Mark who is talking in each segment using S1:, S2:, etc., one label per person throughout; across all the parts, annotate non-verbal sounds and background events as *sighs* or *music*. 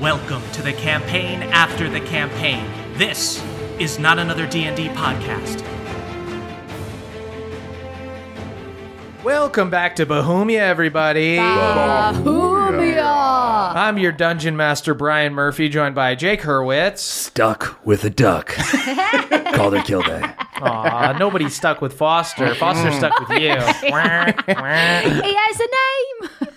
S1: Welcome to the campaign after the campaign. This is not another D&D podcast.
S2: Welcome back to Bohemia, everybody. I'm your dungeon master, Brian Murphy, joined by Jake Hurwitz.
S3: Duck with a duck. Calder kill day.
S2: Aw, nobody's stuck with Foster. Foster's stuck with
S4: *laughs*
S2: you. uh,
S5: He has a name.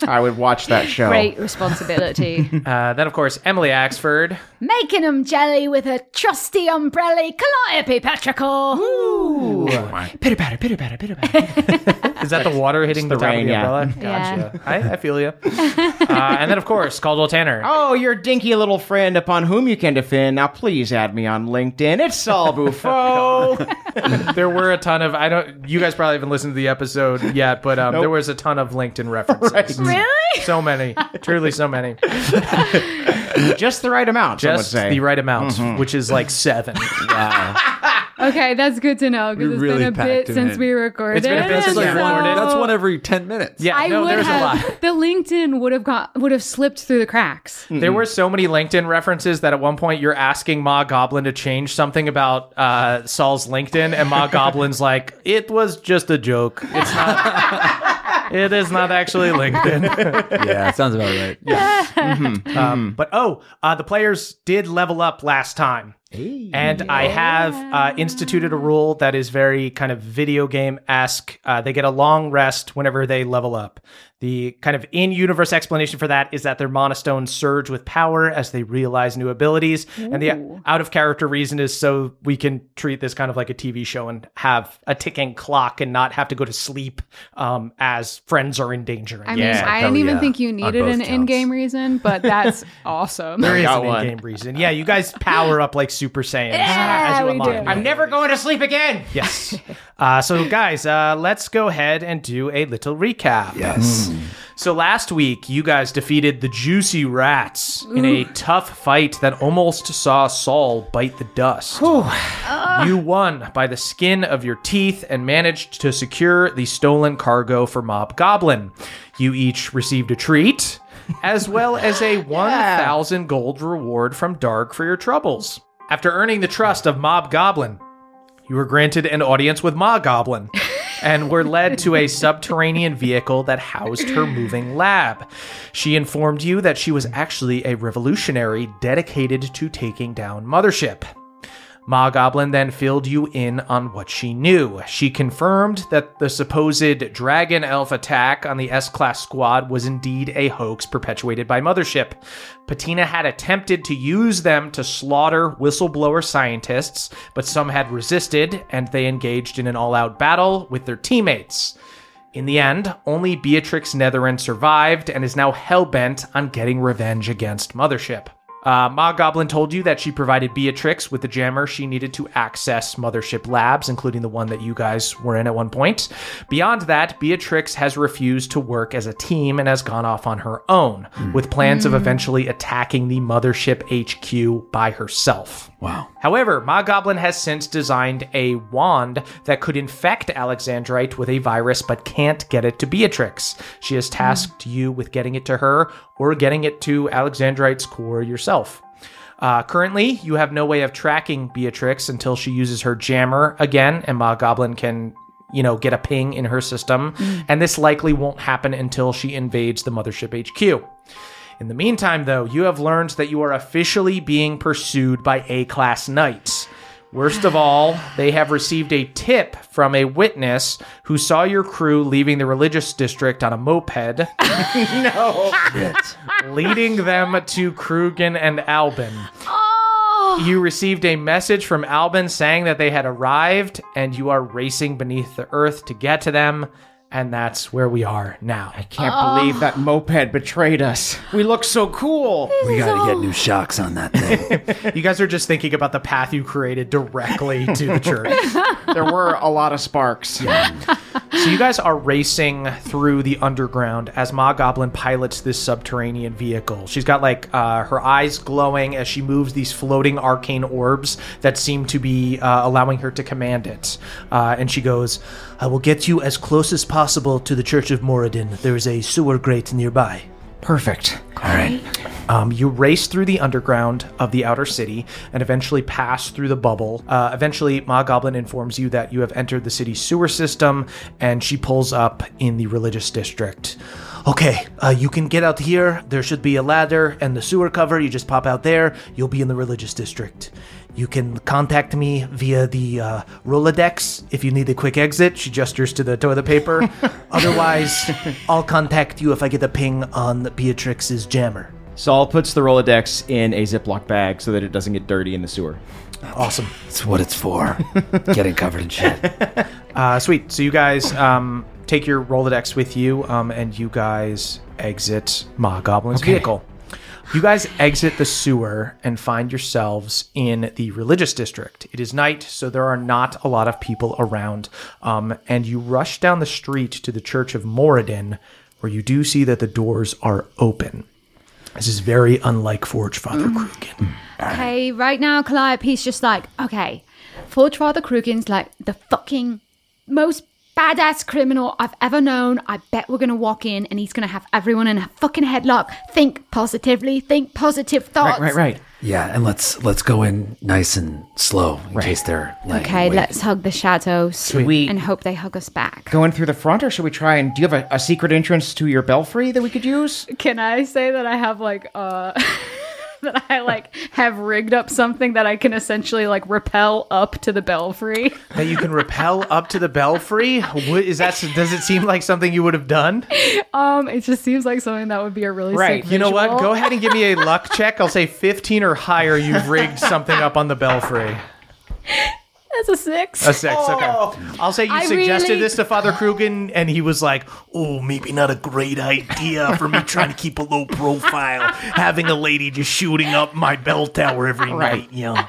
S6: I would watch that show.
S5: Great
S4: *laughs*
S5: responsibility.
S2: Uh, then, of course, Emily Axford.
S5: Making 'em jelly with a trusty umbrella calliope petrichor.
S2: Pitter patter, pitter patter, pitter patter. *laughs* Is that the water hitting the, top
S6: rain,
S2: of the
S6: yeah.
S2: umbrella?
S5: Yeah.
S2: Gotcha. I, I feel you. Uh, and then, of course, Caldwell Tanner.
S6: Oh, your dinky little friend upon whom you can defend. Now, please add me on LinkedIn. It's
S2: *laughs*
S6: Saul Buffo.
S2: There were a ton of I don't. You guys probably haven't listened to the episode yet, but um, there was a ton of LinkedIn references. Mm.
S5: Really?
S2: So many, truly so many.
S6: Just the right amount, some would
S2: Just
S6: say.
S2: the right amount, which is like seven.
S4: Okay, that's good to know because it's
S3: really
S4: been a
S3: packed
S4: bit
S3: it
S4: since
S3: in.
S4: we recorded.
S2: been a bit since
S4: so
S2: we recorded.
S3: That's one every 10 minutes.
S2: Yeah,
S4: I
S2: no,
S4: would
S2: there's a lot.
S4: have the LinkedIn would have got would have slipped through the cracks. *laughs*
S2: There were so many LinkedIn references that at one point you're asking Ma Goblin to change something about uh, Saul's LinkedIn, and Ma Goblin's like, "It was just a joke. It's not. it is not *laughs* actually LinkedIn."
S3: *laughs* Yeah, sounds about
S2: *laughs*
S3: right. Yeah. Mm-hmm.
S2: um, but oh, uh, the players did level up last time. And I have uh, instituted a rule that is very kind of video game esque. Uh, they get a long rest whenever they level up. The kind of in universe explanation for that is that their monostones surge with power as they realize new abilities. And the out of character reason is so we can treat this kind of like a TV show and have a ticking clock and not have to go to sleep um, as friends are in danger.
S4: I
S2: And
S4: mean, I didn't
S3: hell
S4: even
S3: yeah,
S4: think you
S3: on
S4: needed
S3: both
S4: an
S3: counts.
S4: in-game reason, but
S2: *laughs*
S4: that's awesome.
S2: There is
S6: got
S2: an
S6: one.
S2: in-game reason. Yeah, you guys power up like Super Saiyans.
S4: Yeah,
S2: as you
S4: we
S2: unlock
S4: do.
S2: new
S6: I'm never going to sleep again.
S2: Yes. Uh, so, guys, uh, let's go ahead and do a little recap. Hmm.
S3: Yes.
S2: So, last week, you guys defeated the Juicy Rats in a tough fight that almost saw Saul bite the dust. You won by the skin of your teeth and managed to secure the stolen cargo for Mob Goblin. You each received a treat, as well as a 1,000 gold reward from Dark for your troubles. After earning the trust of Mob Goblin, you were granted an audience with Ma Goblin and were led to a subterranean vehicle that housed her moving lab. She informed you that she was actually a revolutionary dedicated to taking down Mothership. Ma Goblin then filled you in on what she knew. She confirmed that the supposed Dragon Elf attack on the S Class squad was indeed a hoax perpetuated by Mothership. Patina had attempted to use them to slaughter whistleblower scientists, but some had resisted, and they engaged in an all out battle with their teammates. In the end, only Beatrix Netherin survived and is now hellbent on getting revenge against Mothership. Uh, Ma Goblin told you that she provided Beatrix with the jammer she needed to access Mothership Labs, including the one that you guys were in at one point. Beyond that, Beatrix has refused to work as a team and has gone off on her own, with plans of eventually attacking the Mothership HQ by herself.
S3: Wow.
S2: However, Ma Goblin has since designed a wand that could infect Alexandrite with a virus but can't get it to Beatrix. She has tasked you with getting it to her or getting it to Alexandrite's core yourself. Uh, currently, you have no way of tracking Beatrix until she uses her jammer again, and Ma Goblin can, you know, get a ping in her system. And this likely won't happen until she invades the Mothership HQ. In the meantime, though, you have learned that you are officially being pursued by A class knights. Worst of all, they have received a tip from a witness who saw your crew leaving the religious district on a moped,
S6: *laughs*
S2: leading them to Krugen and Albin.
S5: Oh,
S2: You received a message from Albin saying that they had arrived and you are racing beneath the earth to get to them. And that's where we are now.
S6: Can't believe that moped betrayed us. We look so cool.
S3: We gotta
S6: *laughs*
S3: get new shocks on that thing.
S2: You guys are just thinking about the path you created directly to
S6: *laughs*
S2: the church. *laughs*
S6: there were a lot of sparks.
S2: So you guys are racing through the underground as Ma Goblin pilots this subterranean vehicle. She's got like uh, her eyes glowing as she moves these floating arcane orbs that seem to be uh, allowing her to command it. Uh, and she goes, "I will get you as close as possible to the Church of Moradin. There is a sewer grate nearby."
S6: Perfect.
S3: All right.
S2: Um, you race through the underground of the outer city and eventually pass through the bubble. Uh, eventually, Ma Goblin informs you that you have entered the city's sewer system, and she pulls up in the religious district. Okay, uh, you can get out here. There should be a ladder and the sewer cover. You just pop out there. You'll be in the religious district. You can contact me via the uh, Rolodex if you need a quick exit. She gestures to the toilet paper. Otherwise, I'll contact you if I get a ping on Beatrix's jammer.
S6: Saul puts the Rolodex in a Ziploc bag so that it doesn't get dirty in the sewer.
S2: Awesome.
S3: It's what it's
S6: *laughs*
S3: for. Getting covered in shit.
S2: Uh, sweet. So you guys um, take your Rolodex with you, um, and you guys exit Ma Goblin's vehicle. You guys exit the sewer and find yourselves in the religious district. It is night, so there are not a lot of people around. Um, and you rush down the street to the Church of Moradin, where you do see that the doors are open. This is very unlike Forge Father
S4: Mm.
S2: Krugen.
S4: Okay, right now Calliope's just like, okay, Forge Father Krugen's like the fucking most badass criminal I've ever known. I bet we're gonna walk in and he's gonna have everyone in a fucking headlock. Think positively, think positive thoughts.
S6: right.
S3: Yeah, and let's let's go in nice and slow in case they're laying
S4: Okay,
S3: awake.
S4: let's hug the shadows
S6: we-
S4: and hope they hug us back.
S6: Going through the front, or should we try and do you have a, a secret entrance to your belfry that we could use?
S4: Can I say that I have like uh *laughs* that I like have rigged up something that I can essentially like repel up to the belfry?
S2: That you can repel up to the belfry? What, is that, does it seem like something you would have done?
S4: *laughs* Um, it just seems like something that would be a really
S6: Right,
S4: Sick
S2: You know what?
S4: visual.
S2: Go ahead and give me a luck check. I'll say 15 or higher. You've rigged something up on the belfry.
S4: *laughs* That's a six.
S2: A six.
S6: Oh.
S2: Okay. I'll say you
S4: I
S2: suggested
S4: really-
S2: this to
S4: *laughs*
S2: Father Krugen, and he was like,
S7: oh, maybe not a great idea for me trying to keep a low profile, having a lady just shooting up my bell tower every night. You know,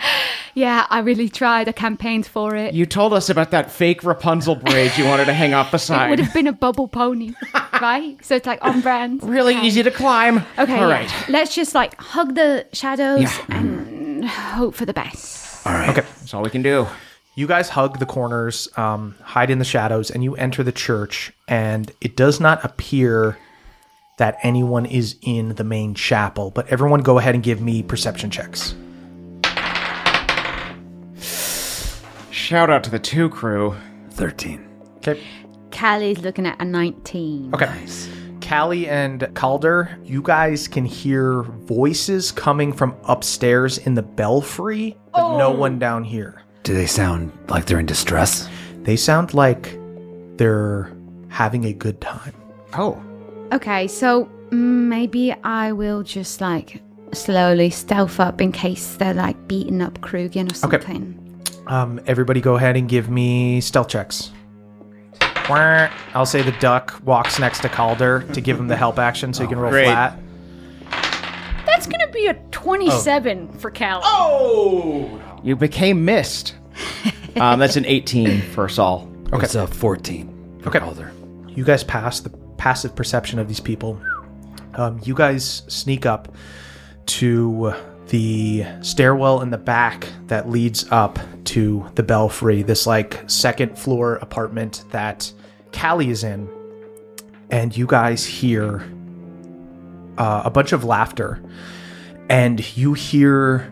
S4: Yeah, I really tried. I campaigned for it.
S6: You told us about that fake Rapunzel braid you wanted to hang off the
S4: it would
S6: side.
S4: have been a bubble
S6: *laughs*
S4: pony, right? So it's like on brand.
S6: Really easy to climb.
S4: Okay,
S6: All
S4: yeah.
S6: right.
S4: Let's just like hug the shadows
S6: Yeah.
S4: and hope for the best.
S3: All right. Okay.
S6: That's all we can do.
S2: You guys hug the corners, um, hide in the shadows, and you enter the church, and it does not appear that anyone is in the main chapel, but everyone go ahead and give me perception checks.
S6: Shout out to the two crew.
S3: Thirteen.
S2: Okay.
S4: Callie's looking at a 19.
S2: Okay. Callie and Calder, you guys can hear voices coming from upstairs in the belfry, but no one down here.
S3: Do they sound like they're in distress?
S2: They sound like they're having a good time.
S6: Oh.
S4: Okay, so mm, maybe I will just like slowly stealth up in case they're like beating up Krugen or
S2: Okay.
S4: something.
S2: Um, everybody go ahead and give me stealth checks. Quack. I'll say the duck walks next to Calder to give him the help action so he can roll
S6: Great.
S2: flat.
S4: That's gonna be
S5: you a 27
S2: Oh.
S5: for Callie.
S6: You became missed. um, that's an 18 for Saul.
S3: Okay. It's a 14 for
S2: Okay.
S3: Calder.
S2: You guys pass the passive perception of these people. Um, you guys sneak up to the stairwell in the back that leads up to the belfry, this like second floor apartment that Callie is in. And you guys hear uh, a bunch of laughter, and you hear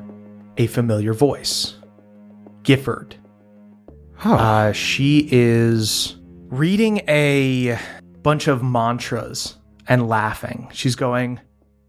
S2: a familiar voice Gifford. Uh, she is reading a bunch of mantras and laughing. She's going,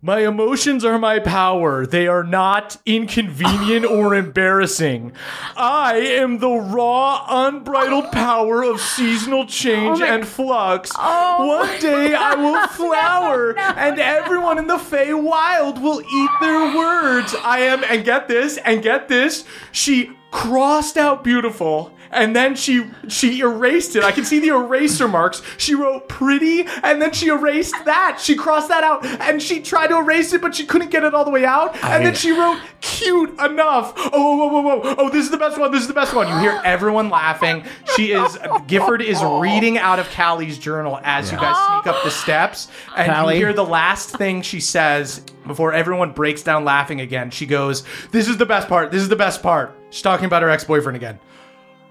S2: My emotions are my power. They are not inconvenient or embarrassing. I am the raw, unbridled power of seasonal change and flux. One day I will flower, and everyone in the Fey Wild will eat their words. I am, and get this, and get this, she crossed out beautiful and then she she erased it i can see the eraser marks she wrote pretty and then she erased that she crossed that out and she tried to erase it but she couldn't get it all the way out and then she wrote cute enough oh whoa whoa whoa whoa. oh this is the best one this is the best one you hear everyone laughing she is gifford is reading out of callie's journal as you guys sneak up the steps and
S6: Callie?
S2: you hear the last thing she says before everyone breaks down laughing again she goes this is the best part this is the best part She's talking about her ex boyfriend again.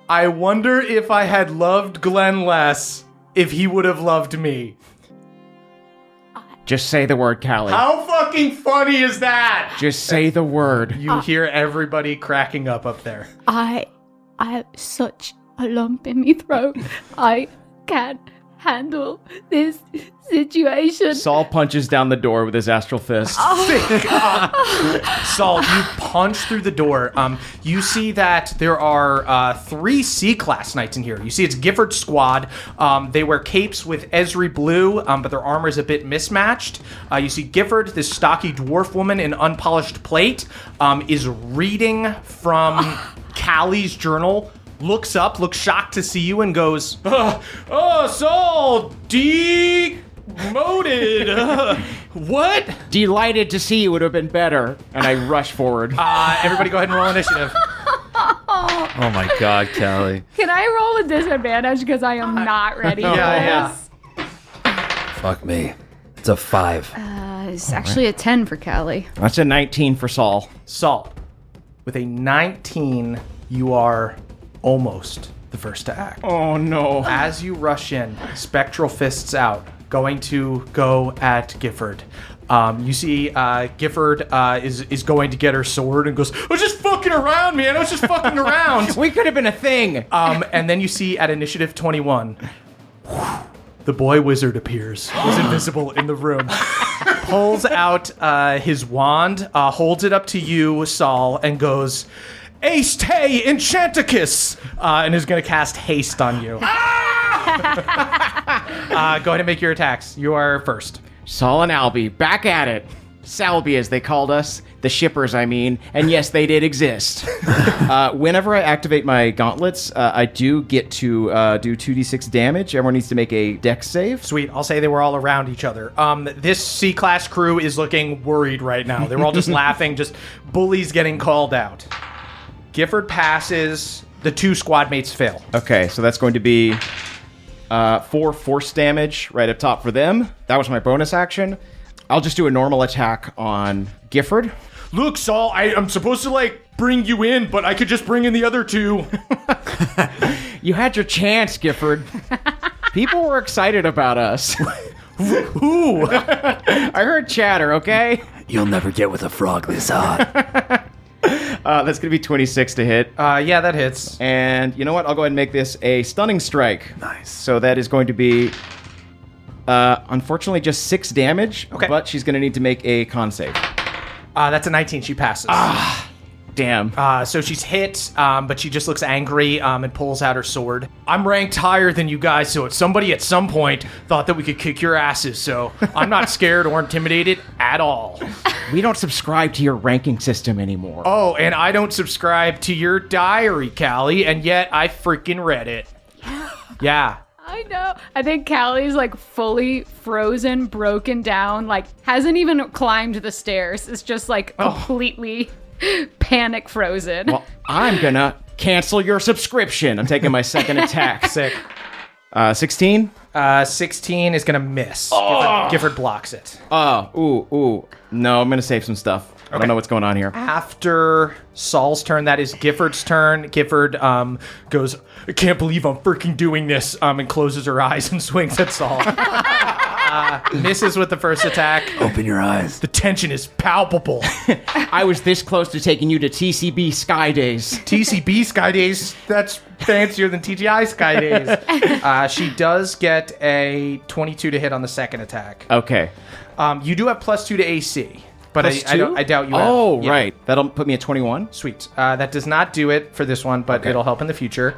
S2: I wonder if I had loved Glenn less, if he would have loved me.
S6: Just say the word, Callie.
S2: How fucking funny is that?
S6: Just say the word.
S2: You hear everybody cracking up up there.
S4: I I have such a lump in my
S2: *laughs*
S4: throat. I can't handle this situation. *laughs* Oh,
S6: Saul punches down the door with his astral fist.
S2: Saul, you punch through the door. Um, you see that there are uh, three C-class knights in here. You see it's Gifford's squad. Um, they wear capes with Esri blue, um, but their armor is a bit mismatched. Uh, you see Gifford, this stocky dwarf woman in unpolished plate, um, is reading
S6: *laughs*
S2: from Callie's journal. Looks up, looks shocked to see you, and goes, "Oh, *laughs* oh Saul, demoted. Uh, what?"
S6: Delighted to see you would have been better. And I rush forward.
S2: Uh, everybody, go ahead and roll initiative.
S3: Oh my God, Callie.
S4: Can I roll with disadvantage because I am not ready?
S2: Uh, *laughs* yeah,
S3: Fuck me. It's a five.
S4: Uh, It's actually a 10 for Callie.
S6: That's a 19 for Saul.
S2: Saul, with a 19, you are almost the first to act.
S6: Oh no.
S2: As you rush in, spectral fists out, going to go at Gifford. Um, you see, uh, Gifford uh, is is going to get her sword and goes, "I was just fucking around, man. I was just
S6: *laughs*
S2: fucking around."
S6: We could have been a thing.
S2: Um, and then you see at initiative 21, the boy wizard appears. He's invisible in the room. Pulls out uh, his wand, uh, holds it up to you, Saul, and goes, Haste, hey, Enchanticus! Uh, and is going to cast haste on you. uh, go ahead and make your attacks. You are first.
S6: Saul and Albi back at it. Salby, as they called us, the shippers, I mean, and yes, they did
S2: *laughs*
S6: exist. uh, whenever I activate my gauntlets, uh, I do get to uh, do 2d6 damage. Everyone needs to make a dex save.
S2: Sweet. I'll say they were all around each other. Um, this C class crew is looking worried right now. They were all just laughing, just bullies getting called out. Gifford passes. The two squad mates fail.
S6: Okay, so that's going to be uh, four force damage right up top for them. That was my bonus action. I'll just do a normal attack on Gifford.
S2: Look, Saul, I, I'm supposed to like bring you in, but I could just bring in the other two.
S6: *laughs*
S2: *laughs*
S6: You had your chance, Gifford. People were excited about us.
S2: Ooh.
S6: *laughs* I heard chatter, okay?
S3: You'll never get with a frog this hard.
S6: Uh, that's going to be 26 to hit.
S2: Uh, yeah, that hits.
S6: And you know what? I'll go ahead and make this a stunning strike. Nice. So that is going to be, uh, unfortunately, just six damage.
S2: Okay.
S6: But she's going to need to make a con save.
S2: Uh, that's a 19. She passes.
S6: Damn.
S2: Uh, so she's hit, um, but she just looks angry um, and pulls out her sword. I'm ranked higher than you guys, so if somebody at some point thought that we could kick your asses, so I'm not scared or intimidated at all.
S6: we don't subscribe to your ranking system anymore.
S2: Oh, and I don't subscribe to your diary, Callie, and yet I freaking read it. Yeah.
S5: I know. I think Callie's like fully frozen, broken down, like hasn't even climbed the stairs. It's just like
S2: Oh.
S5: completely *laughs* panic frozen.
S6: Well, I'm gonna cancel your subscription. I'm taking my
S2: *laughs*
S6: second attack.
S2: Sick.
S6: Uh, 16?
S2: Uh, 16 is going to miss. Gifford, Gifford blocks it.
S6: Oh, ooh, ooh. No, I'm gonna save some stuff. I don't know what's going on here.
S2: After Saul's turn, that is Gifford's turn. Gifford um, goes, I can't believe I'm freaking doing this, um, and closes her eyes and *laughs* swings at Saul. uh, misses with the first attack.
S6: Oh.
S3: Open your eyes.
S2: The tension is *laughs* palpable.
S6: *laughs* I was this close to taking you to TCB Sky Days.
S2: TCB Sky Days, that's fancier than TGI Sky Days. Uh, she does get a 22 to hit on the second attack.
S6: Okay.
S2: Um, you do have plus two to AC, but I,
S6: Plus
S2: I, don't,
S6: two?
S2: I doubt you have.
S6: Oh,
S2: Yeah.
S6: right. That'll put me at 21.
S2: Sweet. Uh, that does not do it for this one, but it'll help in the future.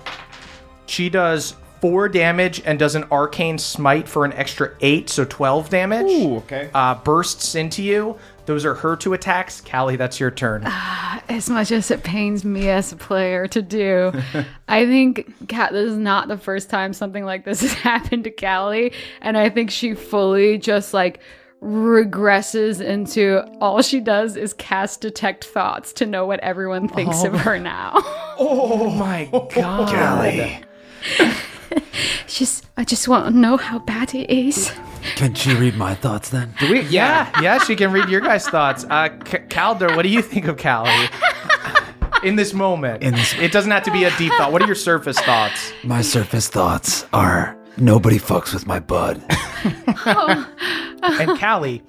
S2: She does four damage and does an arcane smite for an extra eight, so 12 damage.
S6: Ooh, okay.
S2: Uh, bursts into you. Those are her two attacks. Callie, that's your turn.
S5: as much as it pains me as a player to do,
S2: *laughs*
S5: I think Cat. This is not the first time something like this *laughs* has happened to Callie, and I think she fully just like regresses into all she does is cast detect thoughts to know what everyone thinks of her now. *laughs*
S2: Oh my god.
S3: Callie,
S5: She's. I just want to know how bad he is.
S3: can she read my thoughts then?
S2: Yeah, yeah, she can read your guys' thoughts. Uh, C- Calder, what do you think of Callie? In this moment,
S3: In this-
S2: it doesn't have to be a deep thought. What are your surface thoughts?
S3: My surface thoughts are nobody fucks with my bud.
S2: and Callie,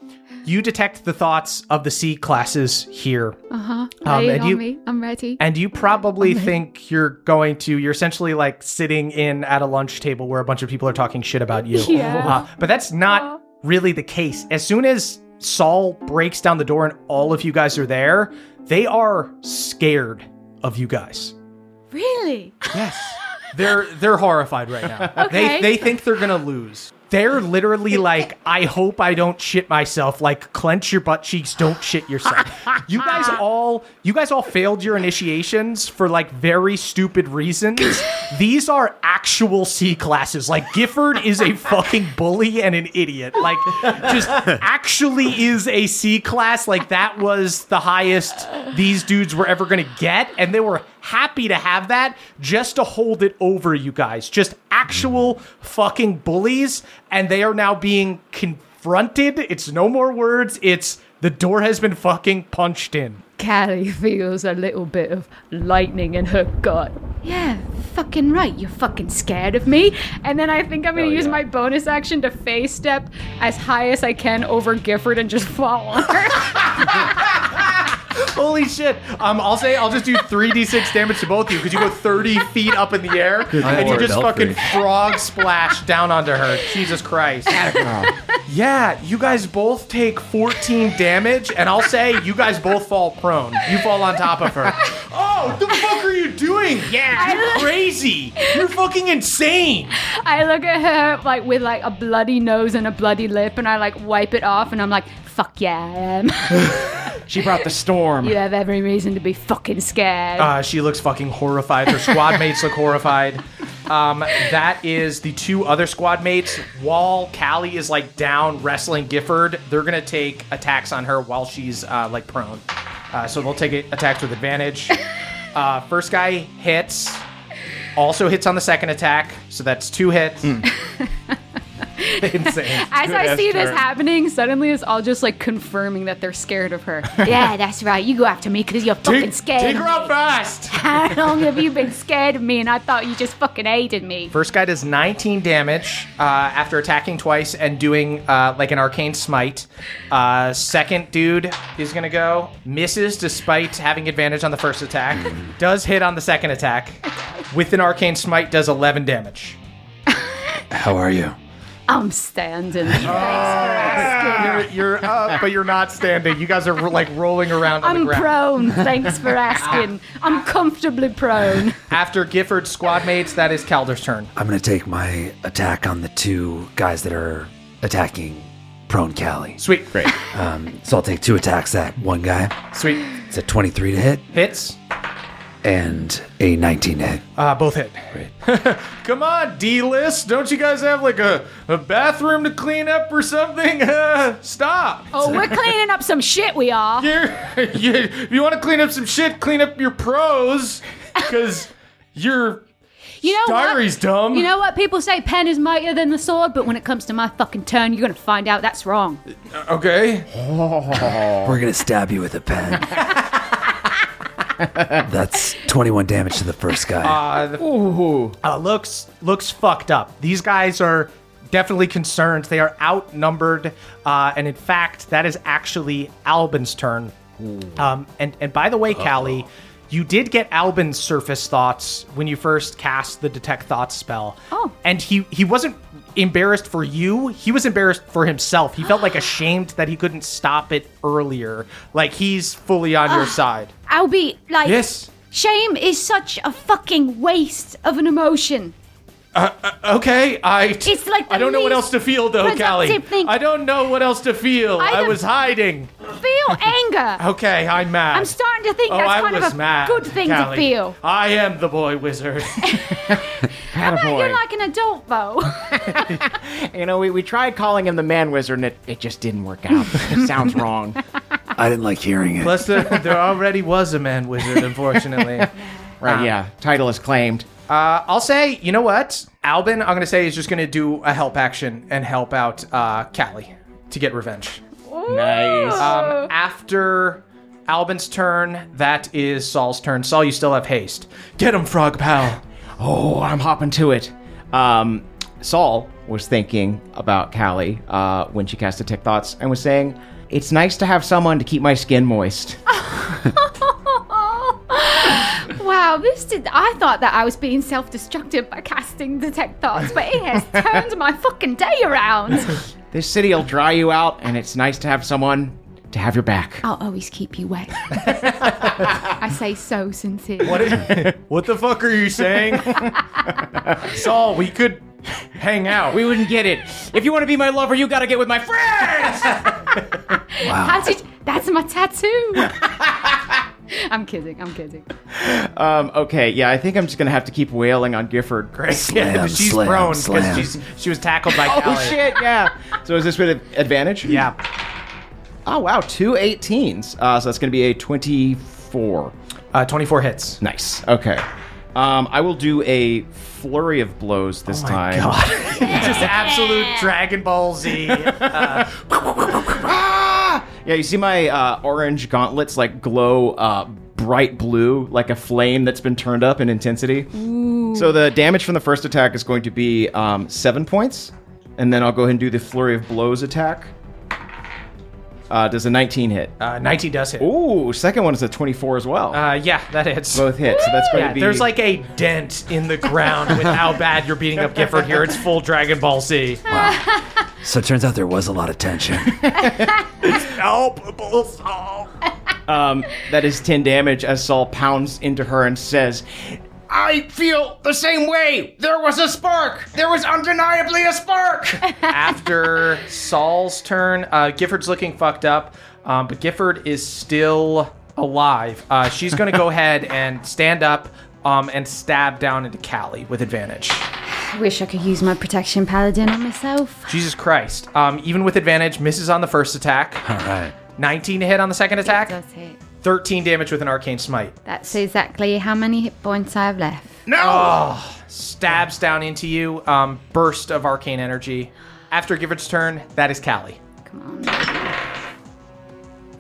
S2: you detect the thoughts of the C classes here.
S5: Lay it
S2: Um, and
S5: on
S2: you-
S5: me. I'm ready.
S2: And you probably think you're going to, you're essentially like sitting in at a lunch table where a bunch of people are talking shit about you.
S5: Yeah.
S2: Uh, but that's not really the case. As soon as Saul breaks down the door and all of you guys are there, they are scared of you guys.
S8: Really?
S2: Yes. They're they're horrified right now.
S5: Okay.
S2: They they think they're gonna lose. They're literally like, I hope I don't shit myself. Like, clench your butt cheeks, don't shit yourself. You guys all you guys all failed your initiations for like very stupid reasons. These are actual C classes. Like Gifford is a fucking bully and an idiot. Like just actually is a C class. Like that was the highest these dudes were ever gonna get, and they were happy to have that just to hold it over you guys. Just actual fucking bullies, and they are now being confronted. It's no more words. It's the door has been fucking punched in.
S5: Callie feels a little bit of lightning in her gut. Yeah, fucking right. You're fucking scared of me. And then I think I'm gonna use my bonus action to face step as high as I can over Gifford and just fall on her.
S2: Holy shit! Um, I'll say I'll just do three d six damage to both of you because you go thirty feet up in the air and you
S3: lord,
S2: just
S3: Belfry.
S2: fucking frog splash down onto her. Jesus Christ! yeah, you guys both take fourteen damage, and I'll say you guys both fall prone. You fall on top of her. Oh, the fuck are you
S5: *laughs*
S2: doing? Yeah, you're crazy. You're fucking insane.
S5: I look at her like with like a bloody nose and a bloody lip, and I like wipe it off, and I'm like, fuck yeah, I am.
S6: *laughs* She brought the storm.
S5: you have every reason to be fucking scared.
S2: Uh, she looks fucking horrified. Her squad mates look horrified. Um, that is the two other squad mates. While Callie is like down wrestling Gifford, they're gonna take attacks on her while she's uh, like prone. Uh, so they'll take it, attacks
S5: *laughs*
S2: with advantage. Uh, first guy hits, also hits on the second attack, so that's two hits. *laughs* Insane.
S5: *laughs* As I see this happening, suddenly it's all just like confirming that they're scared of *laughs* her. yeah, that's right. You go after me because you're fucking scared.
S2: Take
S5: of
S2: her
S5: me.
S2: up
S5: *laughs*
S2: fast.
S5: How long have you been scared of me? And I thought you just fucking hated me.
S2: First guy does 19 damage uh, after attacking twice and doing uh, like an arcane smite. Uh, second dude is gonna go misses despite having advantage on the first *laughs* attack. Does hit on the second attack with an arcane smite. Does 11 damage.
S3: How are you?
S5: I'm standing. Thanks for Ah. asking.
S2: You're, you're up, but you're not standing. You guys are like rolling around on
S5: I'm
S2: the ground.
S5: prone.
S2: *laughs*
S5: Thanks for asking. I'm comfortably prone.
S2: After Gifford's squad mates, that is Calder's turn.
S3: I'm gonna take my attack on the two guys that are attacking prone Callie.
S2: Sweet, great,
S3: Um, so I'll take two attacks at one guy.
S2: sweet
S3: It's a 23 to hit
S2: hits.
S3: and a 19 hit.
S2: Uh, both hit. *laughs* Come on, D list. Don't you guys have like a, a bathroom to clean up or something? *laughs* stop.
S5: Oh, we're cleaning up some shit, we are.
S2: *laughs* You're, you, if you want to clean up some shit, clean up your pros because you're.
S5: You know what?
S2: Diary's dumb.
S5: You know what? People say pen is mightier than the sword, but when it comes to my fucking turn, you're gonna find out that's wrong.
S2: Okay.
S3: *laughs* We're gonna stab you with a
S2: *laughs*
S3: pen. That's 21 damage to the first guy.
S2: Uh, looks looks fucked up. These guys are definitely concerned. They are outnumbered, uh, and in fact, that is actually Albin's turn. Um, and and by the way, Callie, you did get Albin's surface thoughts when you first cast the detect thoughts spell.
S5: Oh.
S2: and he he wasn't embarrassed for you. He was embarrassed for himself. He felt like ashamed that he couldn't stop it earlier. Like he's fully on your side.
S4: Albie, like,
S2: Yes.
S4: shame is such a fucking waste of an emotion.
S2: Uh, Okay, I.
S4: It's like the
S2: I don't know what
S4: least
S2: else to feel though, Callie.
S4: productive thing.
S2: I don't know what else to feel. I,
S4: don't-
S2: was hiding. *laughs*
S4: Feel anger.
S2: Okay, I'm mad.
S4: I'm starting to think
S2: Oh,
S4: that's
S2: I
S4: kind
S2: was
S4: of a
S2: mad.
S4: good thing to
S2: Callie.
S4: feel.
S2: I am the boy
S4: *laughs*
S2: wizard.
S4: How about you're like an adult though?
S2: *laughs*
S6: You know, we, we tried calling him the man wizard and it, it just didn't work out. it sounds wrong.
S3: I didn't like hearing it.
S2: *laughs* Plus, there, *laughs* there already was a man wizard, unfortunately.
S6: Right, yeah. Title is claimed.
S2: Uh, I'll say, you know what? Albin, I'm going to say, is just going to do a help action and help out uh, Callie to get revenge.
S6: Nice.
S2: Um, after Albin's turn, that is Saul's turn. Saul, you still have haste. Get him, frog pal.
S6: Oh, I'm hopping to it. Um, Saul was thinking about Callie uh, when she cast Detect Thoughts and was saying, It's nice to have someone to keep my skin moist.
S4: wow, this did. I thought that I was being self-destructive by casting detect thoughts, but it
S2: *laughs*
S4: has turned my fucking day around.
S6: this city will dry you out, and it's nice to have someone to have your back.
S4: I'll always keep you
S2: *laughs*
S4: wet. I say so sincerely.
S6: *laughs*
S2: What, is, what the fuck are you saying? Saul, we could hang out.
S6: We wouldn't get it. If you want to be my lover, you gotta get with my friends!
S4: How did- that's my
S2: *laughs*
S4: tattoo. I'm kidding. I'm kidding.
S6: um, okay, yeah, I think I'm just gonna have to keep wailing on Gifford. *laughs* Great.
S3: Slam,
S2: she's
S3: slam,
S2: prone because
S3: slam.
S2: she's she was tackled *laughs* by Callie.
S6: Oh shit, yeah. So is this with advantage?
S2: Yeah.
S6: Oh wow, two 18s. Uh, so that's gonna be a 24.
S2: Uh, 24 hits.
S6: Nice. Okay. Um, I will do a flurry of blows this
S2: Oh
S6: time.
S2: Just absolute Dragon Ball Z.
S6: Ah! Yeah, you see my uh, orange gauntlets like glow uh, bright blue, like a flame that's been turned up in intensity. So the damage from the first attack is going to be um, seven points, and then I'll go ahead and do the flurry of blows attack. Uh, does a 19 hit?
S2: Uh, 19 does hit.
S6: Ooh, second one is a 24 as well.
S2: Uh, yeah, that hits.
S6: Both hit, so that's going
S2: Yeah,
S6: to be.
S2: there's like a dent in the ground with how bad you're beating up Gifford here. It's full Dragon Ball Z.
S3: So it turns out there was a lot of tension.
S7: Palpable Saul.
S6: Um, that is 10 damage as Saul pounds into her and says, I feel the same way. There was a spark. There was undeniably a spark.
S2: After Saul's turn, uh, Gifford's looking fucked up, um, but Gifford is still alive. Uh, she's going
S3: *laughs*
S2: to go ahead and stand up um, and stab down into Callie with advantage.
S4: I wish I could use my protection paladin on myself.
S2: Jesus Christ. Um, even with advantage, misses on the first attack,
S3: All right.
S2: 19 to hit on the second attack,
S4: That's it.
S2: 13 damage with an arcane smite.
S4: That's exactly how many hit points I have left.
S2: Stabs down into you, um, burst of arcane energy. After Gifford's turn, that is Callie.
S4: Come on.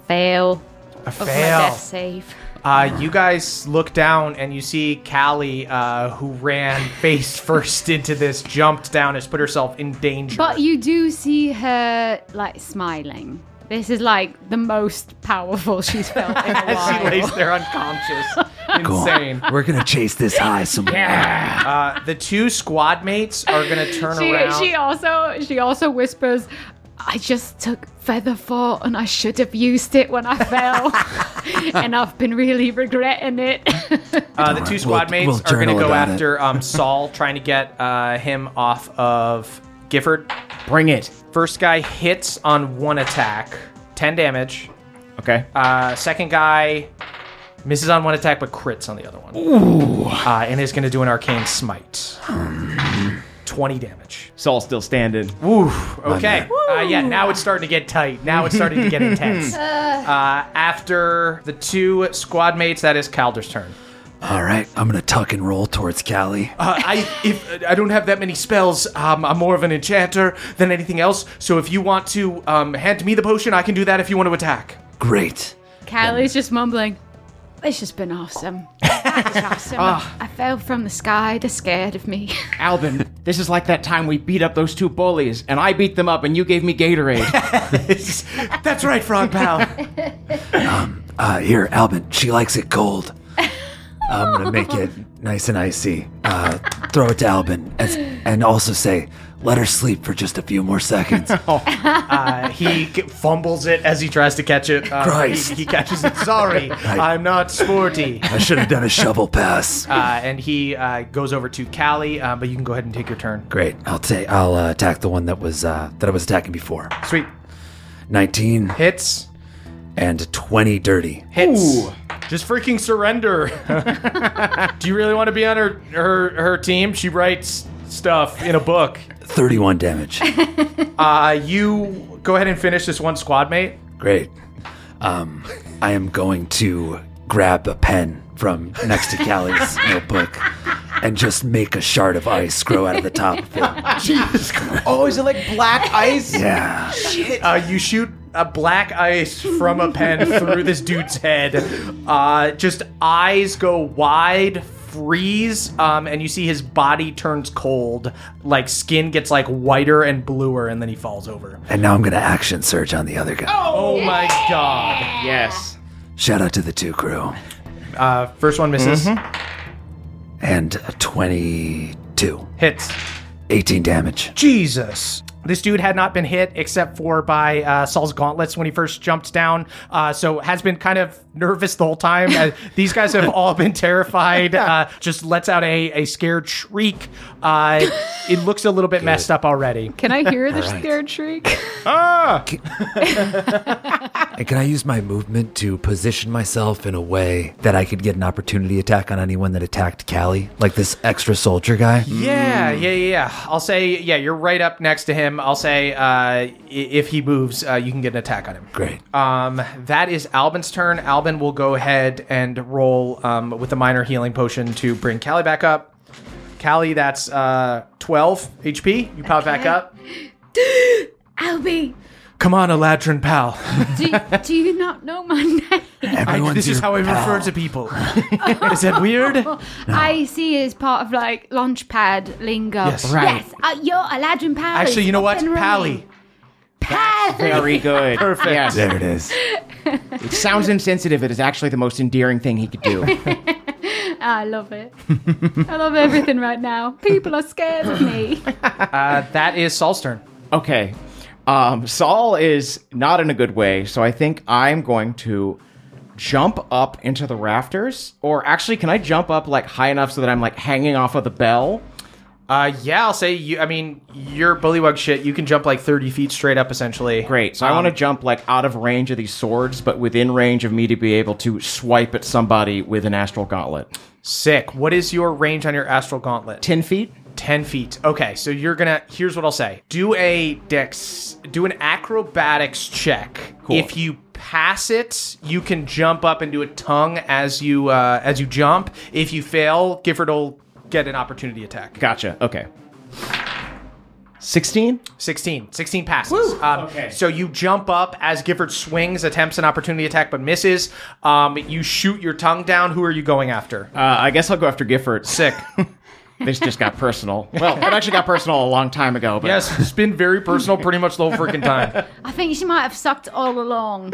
S4: Fail.
S2: A
S4: Of my death save.
S2: Uh, you guys look down and you see Callie, uh,
S4: *laughs*
S2: who ran face first into this, jumped down, has put herself in danger.
S4: But you do see her like smiling. This is like the most powerful she's felt in a
S2: *laughs* As *laughs* she
S4: while.
S2: lays there
S4: *laughs*
S2: unconscious. Insane.
S3: We're gonna chase this high some more.
S2: Uh, the two squad mates are
S4: *laughs*
S2: going to turn
S4: She,
S2: around.
S4: she also she also whispers, "I just took feather fall and I should have used it
S2: *laughs*
S4: when I fell, *laughs* and I've been really regretting
S3: *laughs*
S4: it."
S2: uh, the
S3: Alright,
S2: two
S3: we'll-
S2: squad mates
S3: we'll
S2: are going
S3: journal
S2: to go
S3: about it. *laughs*
S2: after um, Saul, trying to get uh, him off of Gifford.
S6: Bring it.
S2: First guy hits on one attack, 10 damage.
S6: Okay.
S2: Uh, second guy Misses on one attack, but crits on the other one. Uh, and is going to do an arcane smite. 20 damage.
S6: Saul's still standing.
S2: Okay. Uh, yeah, now it's starting to get tight. Now it's starting
S3: *laughs*
S2: to get intense. Uh, after the two squad mates, that is Calder's turn.
S3: All right, I'm gonna tuck and roll towards Callie.
S2: Uh, I if I don't have that many spells, um, I'm more of an enchanter than anything else. So if you want to um, hand me the potion, I can do that. If you want to attack,
S3: Great.
S4: Callie's just mumbling. It's just been awesome. That is awesome.
S2: Ah.
S4: I fell from the sky. They're scared of me. *laughs*
S6: Albin, this is like that time we beat up those two bullies, and I beat them up, and you gave me *laughs* Gatorade.
S2: that's right,
S6: *laughs*
S2: Frog Pal.
S3: Uh, here, Albin. She likes it cold. I'm gonna make it nice and icy. Uh, throw it to Albin, as, and also say, "Let her sleep for just a few more seconds."
S2: *laughs* Uh, he g- fumbles it as he tries to catch it. Uh,
S3: Christ.
S2: He, he catches it. Sorry, I'm not sporty.
S3: I should have done a shovel pass.
S2: Uh, and he uh, goes over to Callie, uh, but you can go ahead and take your turn.
S3: Great. I'll take. I'll uh, attack the one that was uh, that I was attacking before.
S2: Sweet.
S3: 19
S2: Hits.
S3: and 20 dirty.
S2: Hits. Just
S4: *laughs*
S2: freaking surrender. Do you really want to be on her, her her team? She writes stuff in a *laughs* book.
S3: 31 damage.
S2: Uh, you go ahead and finish this one squad mate.
S3: Great. Um, I am going to grab a pen from next to
S2: *laughs*
S3: Callie's notebook and just make a shard of ice grow out of the top of it.
S6: oh, is it like black ice?
S3: Yeah.
S2: Uh, you shoot a black ice from a pen through this dude's head. Uh, just eyes go wide, freeze, um, and you see his body turns cold. Like skin gets like whiter and bluer, and then he falls over.
S3: And now I'm going to action surge on the other guy.
S2: Oh my god!
S6: Yes.
S3: Shout out to the two crew.
S2: Uh, first one
S3: Mm-hmm.
S2: misses.
S3: And a 22.
S2: Hits.
S3: 18 damage.
S2: Jesus. This dude had not been hit except for by uh, Saul's gauntlets when he first jumped down, uh, so has been kind of nervous the whole time. Uh, *laughs* these guys have all been terrified. Uh, just lets out a, a scared shriek. Uh, it looks a little bit messed up already.
S4: Can I hear the scared shriek?
S6: Ah!
S3: And can I use my movement to position myself in a way that I could get an opportunity attack on anyone that attacked Callie? Like this extra soldier guy? Mm.
S2: Yeah,
S6: Hmm.
S2: yeah, yeah, yeah. I'll say, yeah, you're right up next to him. I'll say, uh, i- if he moves, uh, you can get an attack on him.
S3: Great.
S2: Um, that is Albin's turn. Albin will go ahead and roll um, with a minor healing potion to bring Callie back up. Callie, that's uh, 12 HP. You pop back up.
S4: Albie,
S2: Come on, Aladrin pal.
S4: do, do you not know my name?
S3: Everyone's
S2: this is
S3: your
S2: how I
S3: pal.
S2: refer
S3: *laughs*
S2: to people. is that weird?
S4: I see it as part of like launchpad lingo.
S2: Yes.
S6: Right.
S4: Yes, uh, you're Aladdin Pally.
S2: Actually, you know what? Pally.
S4: Pally.
S6: Very
S2: *laughs*
S6: good. Perfect. Yes.
S3: There
S4: *laughs*
S3: it is.
S6: It sounds insensitive. It is actually the most endearing thing he
S5: *laughs*
S6: could do.
S4: *laughs* Ah, I love it. I love everything right now. People are scared of me.
S2: Uh, that is Saul's turn.
S6: Okay. Um, Saul is not in a good way, so I think I'm going to jump up into the rafters. Or actually, can I jump up like high enough so that I'm like hanging off of the bell?
S2: Uh, yeah, I'll say you. I mean, you're bullywug shit. You can jump like 30 feet straight up, essentially.
S6: Great. So I
S2: um,
S6: want to jump like out of range of these swords, but within range of me to be able to swipe at somebody with an astral gauntlet.
S2: Sick. What is your range on your astral gauntlet?
S6: Ten feet.
S2: 10 feet. Okay, so you're gonna. Here's what I'll say do a dex. Do an acrobatics check.
S6: Cool.
S2: If you pass it you can jump up and do a tongue as you uh as you jump if you fail gifford will get an opportunity attack
S6: Gotcha. Okay. Sixteen.
S2: 16 16 passes um, okay so you jump up as gifford swings attempts an opportunity attack but misses um you shoot your tongue down who are you going after
S6: Uh, I guess I'll go after Gifford.
S2: sick
S6: *laughs* This just got personal. Well, it actually got personal a long time ago. But
S2: yes it's been very personal pretty much the whole freaking time
S4: *laughs* I think she might have sucked all along.
S6: *laughs*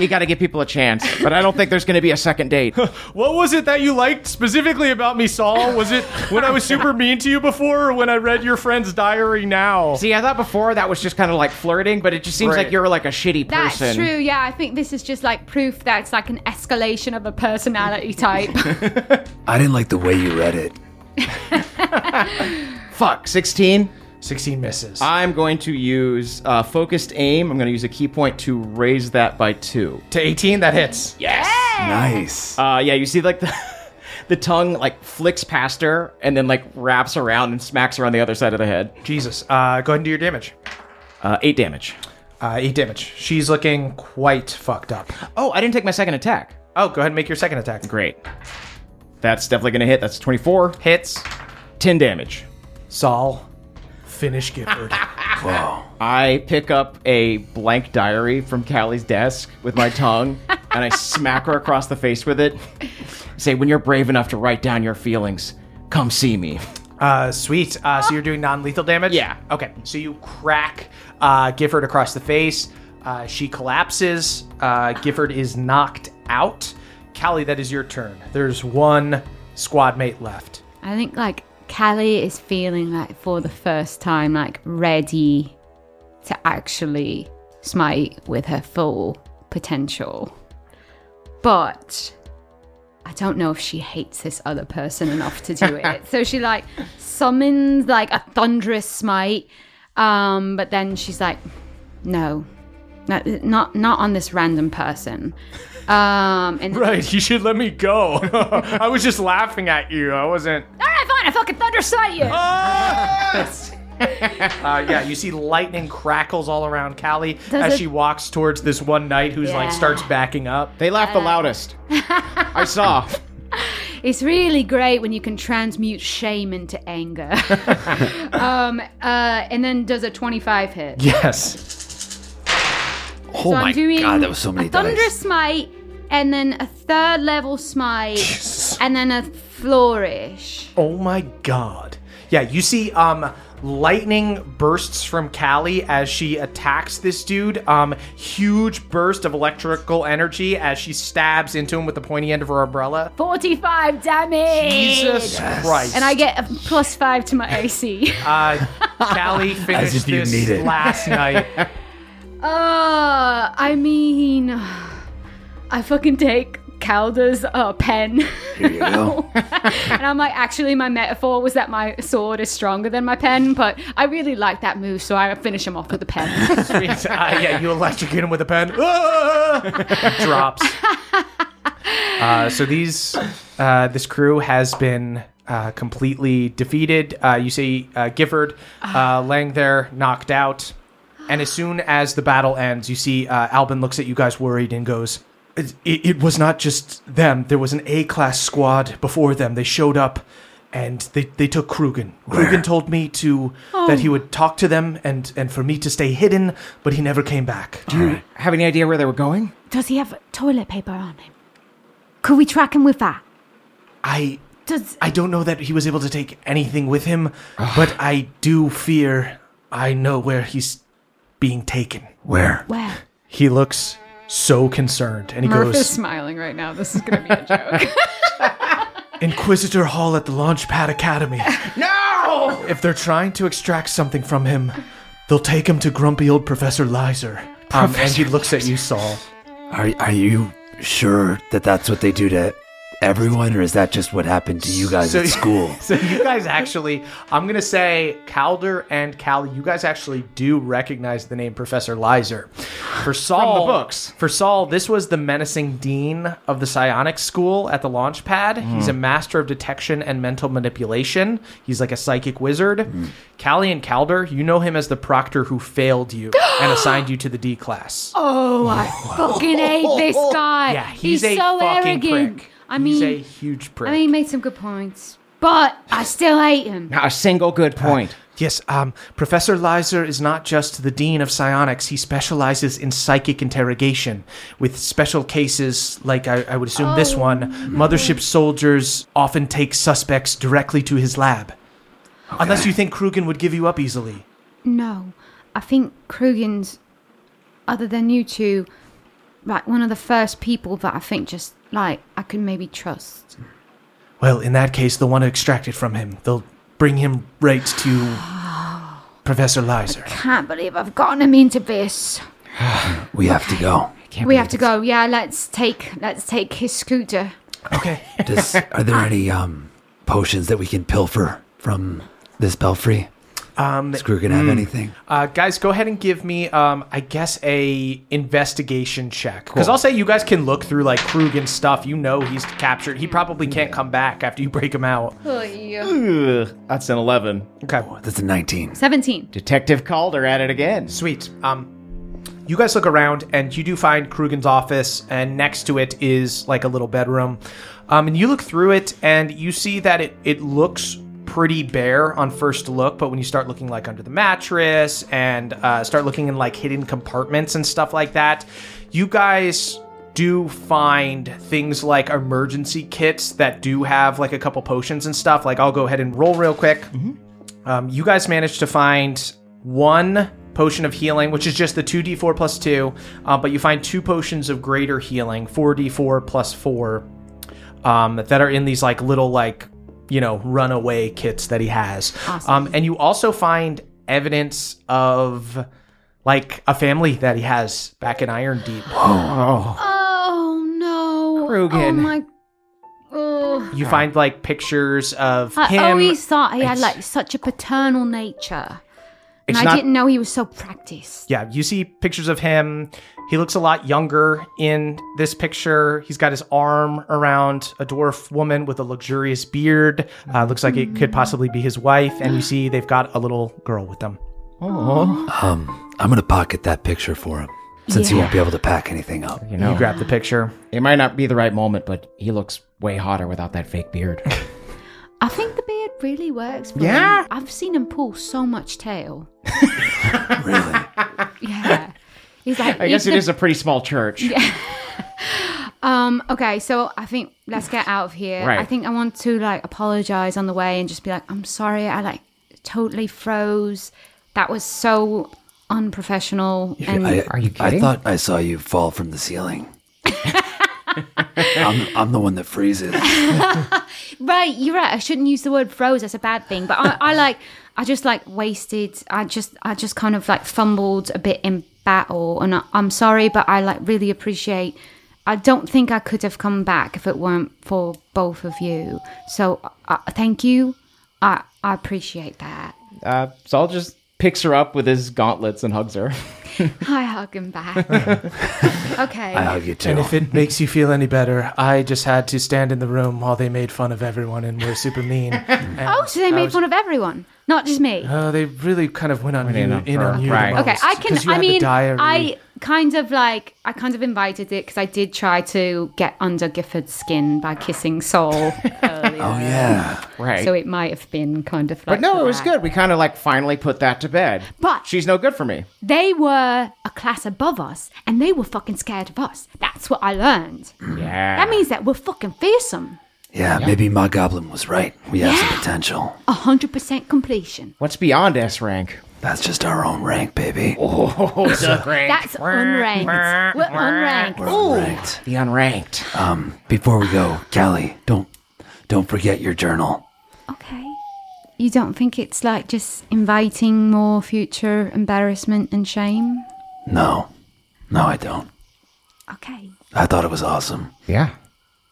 S6: you got to give people a chance. But I don't think there's going to be a second
S2: *laughs*
S6: date.
S2: What was it that you liked specifically about me, Saul? Was it when
S4: *laughs*
S2: I was super mean to you before or when I read your friend's diary now?
S6: See, I thought before that was just kind of like flirting, but it just seems
S2: Right.
S6: like you're like a shitty
S4: That's
S6: person.
S4: true. Yeah, I think this is just like proof that it's like an escalation of a personality type. *laughs*
S3: I didn't like the way you read it.
S6: Fuck. Sixteen.
S2: 16 misses.
S6: I'm going to use uh, focused aim. I'm going to use a key point to raise that by two.
S2: to 18, that hits.
S6: Yes.
S3: Nice.
S6: Uh, yeah, you see like the *laughs* the tongue like flicks past her and then like wraps around and smacks her on the other side of the head.
S2: Jesus. Uh, go ahead and do your damage.
S6: Uh, eight damage.
S2: Uh, eight damage. She's looking quite fucked up.
S6: Oh, I didn't take my second attack.
S2: Oh, go ahead and make your second attack.
S6: Great. That's definitely gonna hit. That's twenty four.
S2: Hits.
S6: Ten damage.
S2: Saul. Finish Gifford.
S6: I pick up a blank diary from Callie's desk with
S4: *laughs*
S6: my tongue and I smack her across the face with it. Say, when you're brave enough to write down your feelings, come see me.
S2: Uh, sweet. Uh, so you're doing non-lethal damage.
S6: Yeah.
S2: Okay. So you crack uh, Gifford across the face. Uh, she collapses. Uh, Gifford is knocked out. Callie, that is your turn. There's one squad
S4: *laughs*
S2: mate left.
S4: I think like Callie is feeling like for the first time like ready to actually smite with her full potential. But I don't know if she hates this other person enough to do
S2: *laughs*
S4: it. so she like summons like a thunderous smite. Um, but then she's like, no. no, Not not on this random person. Um, and
S2: *laughs* Right. You should let me go. *laughs* I was just laughing at you. I wasn't.
S5: All right, fine. I fucking thunder sight you.
S4: *laughs*
S2: *laughs* Uh, yeah. You see lightning crackles all around Callie as
S4: it-
S2: she walks towards this one knight who's like
S4: Yeah.
S2: starts backing up.
S6: They laugh
S4: *laughs*
S6: the loudest. I saw.
S4: It's really great when you can transmute shame into
S2: *laughs*
S4: anger. um, uh, and then does a 25 hit.
S2: Yes.
S3: oh my god, that was so many
S4: a thunderous
S3: dice.
S4: smite, and then a third level smite, and then a flourish.
S2: Oh my god. Yeah, you see um lightning bursts from Callie as she attacks this dude. Um huge burst of electrical energy as she stabs into him with the pointy end of her umbrella.
S5: 45 damage.
S2: Jesus Christ.
S4: And I get a plus five to my AC.
S3: *laughs*
S2: uh Callie finished
S3: if you
S2: this
S3: need it.
S2: last night.
S4: Uh, I mean, I fucking take Calder's uh, pen.
S3: Here you go.
S4: *laughs* and I'm like, actually, my metaphor was that my sword is stronger than my pen, but I really like that move, so I finish him off with a pen.
S2: Uh, yeah, you electrocute him with a
S7: *laughs*
S2: pen. Ah! Drops. Uh, so these, uh, this crew has been uh, completely defeated. Uh, you see uh, Gifford uh, laying there, knocked out. And as soon as the battle ends, you see uh, Albin looks at you guys worried and goes, it, it, it was not just them. There was an A class squad before them. They showed up and they, they took Krugen. Krugen told me to that he would talk to them and, and for me to stay hidden, but he never came back.
S6: Have any idea where they were going?
S5: *laughs* Does he have toilet paper on him? Could we track him with that?
S2: I
S5: Does
S2: I don't know that he was able to take anything with him, but I do fear I know where he's being taken.
S3: Where?
S5: where?
S2: He looks so concerned and he
S4: Murph is
S2: goes,
S4: smiling right now. This is gonna be a joke.
S2: Inquisitor Hall at the Launchpad
S4: *laughs*
S2: Academy. no! If they're trying to extract something from him, they'll take him to grumpy old Professor Lizer. Um, and he looks at you, Saul.
S3: Are are you sure that that's what they do to everyone, or is that just what happened to you guys
S2: So-
S3: at school?
S2: *laughs* So you guys actually, I'm gonna say Calder and Callie, you guys actually do recognize the name Professor Lizer. For Saul,
S6: the books.
S2: For Saul, this was the menacing dean of the psionics school at the launch pad.
S3: Mm-hmm.
S2: He's a master of detection and mental manipulation. He's like a psychic wizard.
S3: Mm-hmm.
S2: Callie and Calder, you know him as the proctor who
S3: *gasps*
S2: failed you and assigned you to the D class.
S4: Oh,
S2: *laughs*
S4: I fucking hate this guy.
S2: yeah, he's, a
S4: so
S2: fucking
S4: arrogant.
S2: prick.
S4: I
S2: he's a
S4: mean,
S2: huge prick.
S4: I mean, he made some good points, but I still hate him.
S6: Not a single good point.
S2: Uh, Yes, um, Professor Lizer is not just the Dean of Psionics. He specializes in psychic interrogation with special cases like I, I would assume this one. Mothership soldiers often take suspects directly to his lab. Unless you think Krugen would give you up easily.
S4: No, I think Krugen's, other than you two, like one of the first people that I think just like I could maybe trust.
S2: Well, in that case, they'll want to extract it from him. They'll bring him right to
S4: *gasps*
S2: Professor Lizer.
S4: Can't believe I've gotten him into this.
S3: We have to go.
S4: we have to go. Yeah, let's take let's take his scooter.
S3: *laughs*
S2: Okay.
S3: Does, are there any um potions that we can pilfer from this belfry? Screw can have anything.
S2: Uh, guys, go ahead and give me, um, I guess, a investigation check. Because I'll say you guys can look through like Krugen's stuff. You know he's captured. He probably can't come back after you break him out. Mm.
S6: Ugh, that's an 11.
S2: Okay.
S3: That's a 19.
S4: 17.
S6: Detective Calder at it again.
S2: Sweet. Um, you guys look around and you do find Krugen's office, and next to it is like a little bedroom. Um, and you look through it and you see that it, it looks pretty bare on first look, but when you start looking like under the mattress and uh, start looking in like hidden compartments and stuff like that, you guys do find things like emergency kits that do have like a couple potions and stuff. Like, I'll go ahead and roll real quick.
S6: Mm-hmm.
S2: Um, you guys managed to find one potion of healing, which is just the 2d4 plus 2, uh, but you find two potions of greater healing, 4d4 plus 4, um, that are in these like little like you know runaway kits that he has. Um, and you also find evidence of like a family that he has back in Iron Deep.
S4: Oh no. Oh
S6: Krugen.
S4: my. Oh.
S2: You find like pictures of
S4: I
S2: him.
S4: always thought he had like such a paternal nature. And I
S6: not-
S4: didn't know he was so practiced.
S2: yeah, you see pictures of him. He looks a lot younger in this picture. He's got his arm around a dwarf woman with a luxurious beard. Uh, looks like it could possibly be his wife. And you see they've got a little girl with them.
S3: Um, I'm going to pocket that picture for him since he won't be able to pack anything up.
S6: You know,
S2: You grab the picture.
S6: it might not be the right moment, but he looks way hotter without that
S4: *laughs*
S6: fake beard.
S4: I think the beard really works for
S6: Yeah?
S4: him. I've seen him pull so much tail.
S3: *laughs* Really?
S4: *laughs* Yeah. He's like,
S6: I guess
S4: he's
S6: it
S4: the-
S6: is a pretty small church.
S4: *laughs* Um, okay, so I think let's get out of here.
S6: Right.
S4: I think I want to like apologize on the way and just be like, I'm sorry, I like totally froze. That was so unprofessional. And
S3: I,
S6: Are you
S3: I
S6: kidding?
S3: thought I saw you fall from the ceiling. I'm, I'm the one that freezes.
S4: right, you're right. I shouldn't use the word froze. That's a bad thing. But I, I like, I just like wasted. I just, I just kind of like fumbled a bit in battle, and I, I'm sorry, but I like really appreciate. I don't think I could have come back if it weren't for both of you. So uh, thank you. I I appreciate that.
S6: Uh, so I'll just picks her up with his gauntlets and hugs her. *laughs*
S4: I hug him
S3: *laughs*
S4: back. okay.
S3: I hug you too.
S2: And if it makes you feel any better, I just had to stand in the room while they made fun of everyone and were
S4: *laughs*
S2: super mean. And,
S4: oh, so they
S2: I
S4: made
S2: was-
S4: fun of everyone, not just me.
S2: uh, they really kind of went on you,
S6: in on
S2: in
S6: her.
S2: on you. the
S6: Right.
S2: most,
S4: okay, I
S2: 'cause
S4: can.
S2: you
S4: I
S2: had the
S4: mean,
S2: diary.
S4: I kind of like. I kind of invited it because I did try to get under Gifford's skin by kissing Soul earlier.
S3: oh, yeah.
S6: Right.
S4: So it might have been kind of.
S6: but
S4: Like
S6: no, it was
S4: that.
S6: good. We kind of like finally put that to bed.
S4: But-
S6: she's no good for me.
S4: They were a class above us, and they were fucking scared of us. That's what I learned.
S6: Yeah.
S4: That means that we're fucking fearsome.
S3: Yeah, maybe my goblin was right. We have some potential.
S4: A hundred percent completion.
S6: what's beyond S rank?
S3: That's just our own rank, baby.
S6: Oh, *laughs* the rank.
S4: That's unranked. We're unranked.
S3: We're all ranked.
S6: the unranked.
S3: Um, before we go, Callie, don't don't forget your journal.
S4: Okay. You don't think it's like just inviting more future embarrassment and shame?
S3: No, no, I don't.
S4: Okay.
S3: I thought it was awesome.
S6: Yeah.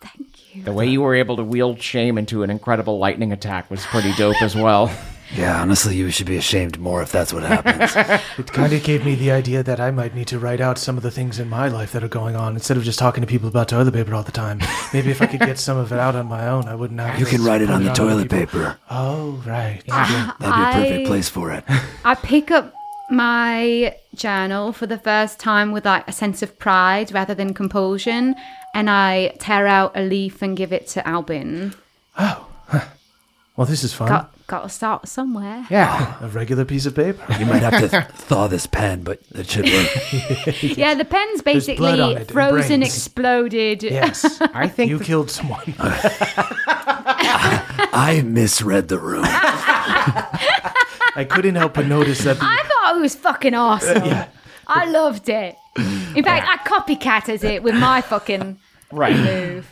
S4: Thank you.
S6: The way you were able to wield shame into an incredible lightning attack was pretty dope as well.
S3: Yeah, honestly, you should be ashamed more if that's what happens.
S2: It kind of gave me the idea that I might need to write out some of the things in my life that are going on instead of just talking to people about toilet paper all the time. Maybe if I could get some of it out on my own, I wouldn't have.
S3: you can write it on the toilet
S2: paper.
S3: paper.
S2: Oh, right.
S6: *laughs*
S3: That'd be a
S4: I-
S3: perfect place for it.
S4: I pick up my journal for the first time with like a sense of pride rather than compulsion and I tear out a leaf and give it to Albin.
S2: *laughs* Well, this is fun.
S4: Got got to start somewhere.
S6: Yeah.
S2: A regular piece of paper.
S3: You might have
S6: *laughs*
S3: to th- thaw
S4: *laughs*
S3: this pen, but it should work.
S4: Yeah, the pen's
S2: blood on
S4: basically
S2: it and
S4: frozen,
S2: brains.
S4: exploded.
S2: Yes.
S6: I think
S2: You killed someone.
S3: I misread the
S7: *laughs*
S3: room.
S2: I couldn't help but notice that.
S4: *laughs* I thought it was
S2: *laughs*
S4: fucking awesome. I loved it. In fact, I copycatted it with my fucking
S6: Right.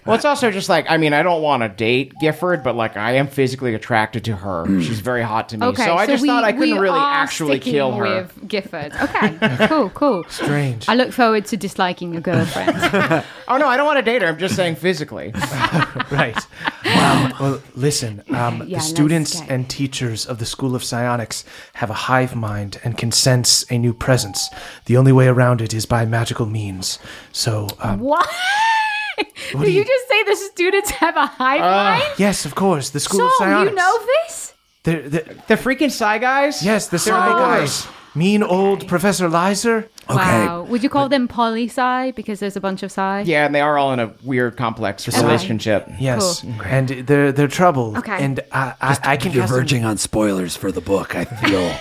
S6: Well, it's also just like I mean, I don't want to date Gifford, but like I am physically attracted to her.
S2: Hmm.
S6: She's very hot to me,
S4: Okay,
S6: so I just
S4: we-
S6: thought I couldn't
S4: we
S6: really
S4: are
S6: actually
S4: sticking
S6: kill her.
S4: With Gifford.
S6: *laughs*
S4: Okay, cool, cool. Strange. I look forward to disliking your girlfriend.
S6: *laughs*
S4: *laughs*
S6: Oh no, I don't want to date her. I'm just saying
S2: *laughs*
S6: physically.
S2: right. *laughs* Wow. Well, listen,
S4: *laughs*
S2: um,
S4: Yeah,
S2: the
S4: let's
S2: students
S4: get-
S2: and teachers of the School of Psionics have a hive mind and can sense a new presence. The only way around it is by magical means. So, um,
S4: what? Did you just say the students have a hive mind?
S2: yes, of course, the School
S4: So
S2: of Psionics.
S4: you know this?
S2: They're, they're,
S6: the freaking Psy guys.
S2: yes, the
S6: the
S2: Psy guys. Mean old Professor Lizer.
S4: Wow. Would you call them poli psi because there's a bunch of psi?
S6: Yeah, and they are all in a weird, complex
S2: Psy-
S6: relationship.
S2: Yes, and they're they're trouble.
S4: Okay.
S2: and I I, I can
S3: You're
S2: cast them-
S3: verging on spoilers for the book.
S4: *laughs*
S3: I feel.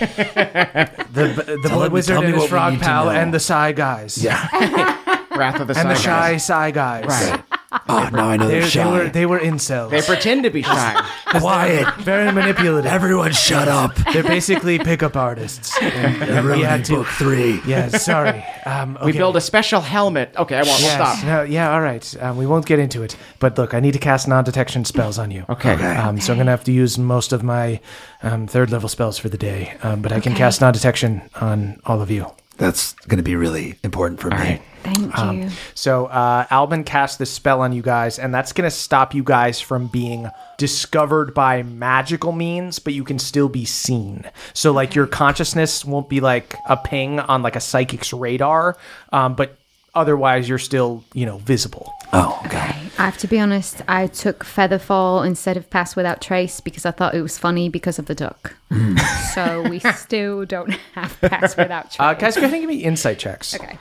S2: the
S3: *laughs*
S2: the
S3: Tell
S2: Blood
S3: me-
S2: Wizard
S3: tell me
S2: and his
S3: what we
S2: frog
S3: need to
S2: pal
S3: know.
S2: and the Psy guys.
S3: yeah.
S6: *laughs* Wrath of the
S2: and the
S6: Psy
S2: shy
S6: guys.
S2: Psy guys.
S6: Right.
S3: *laughs* Oh, now I know
S2: They,
S3: they're
S2: they were
S3: shy.
S2: they were incels.
S6: They pretend to be
S2: *laughs*
S6: shy.
S3: Quiet.
S2: very manipulative.
S3: Everyone, shut up.
S2: They're basically pickup *laughs* artists. And,
S3: You're
S2: we
S3: ruining
S2: had to-
S3: book three.
S2: yeah,
S6: *laughs*
S2: sorry. Um,
S6: We
S2: okay.
S6: build a special helmet. Okay, I won't
S2: Yes,
S6: stop.
S2: No, yeah, all right. Um, we won't get into it. But look, I need to cast non-detection spells on you.
S6: Okay.
S2: Um, so I'm gonna have to use most of my um, third level spells for the day. Um, but I can cast non-detection on all of you.
S3: That's going to be really important for me. Um,
S4: Thank you.
S2: Um, So uh, Alvin cast this spell on you guys, and that's going to stop you guys from being discovered by magical means, but you can still be seen. So like your consciousness won't be like a ping on like a psychic's radar, um, but otherwise you're still you know visible.
S3: Oh, okay.
S4: I have to be honest, I took Featherfall instead of Pass Without Trace because I thought it was funny because of the duck. *laughs*
S6: Hmm.
S4: so we still don't *laughs* have Pass Without Trace.
S2: Uh, guys, go ahead and give me insight checks.
S4: okay.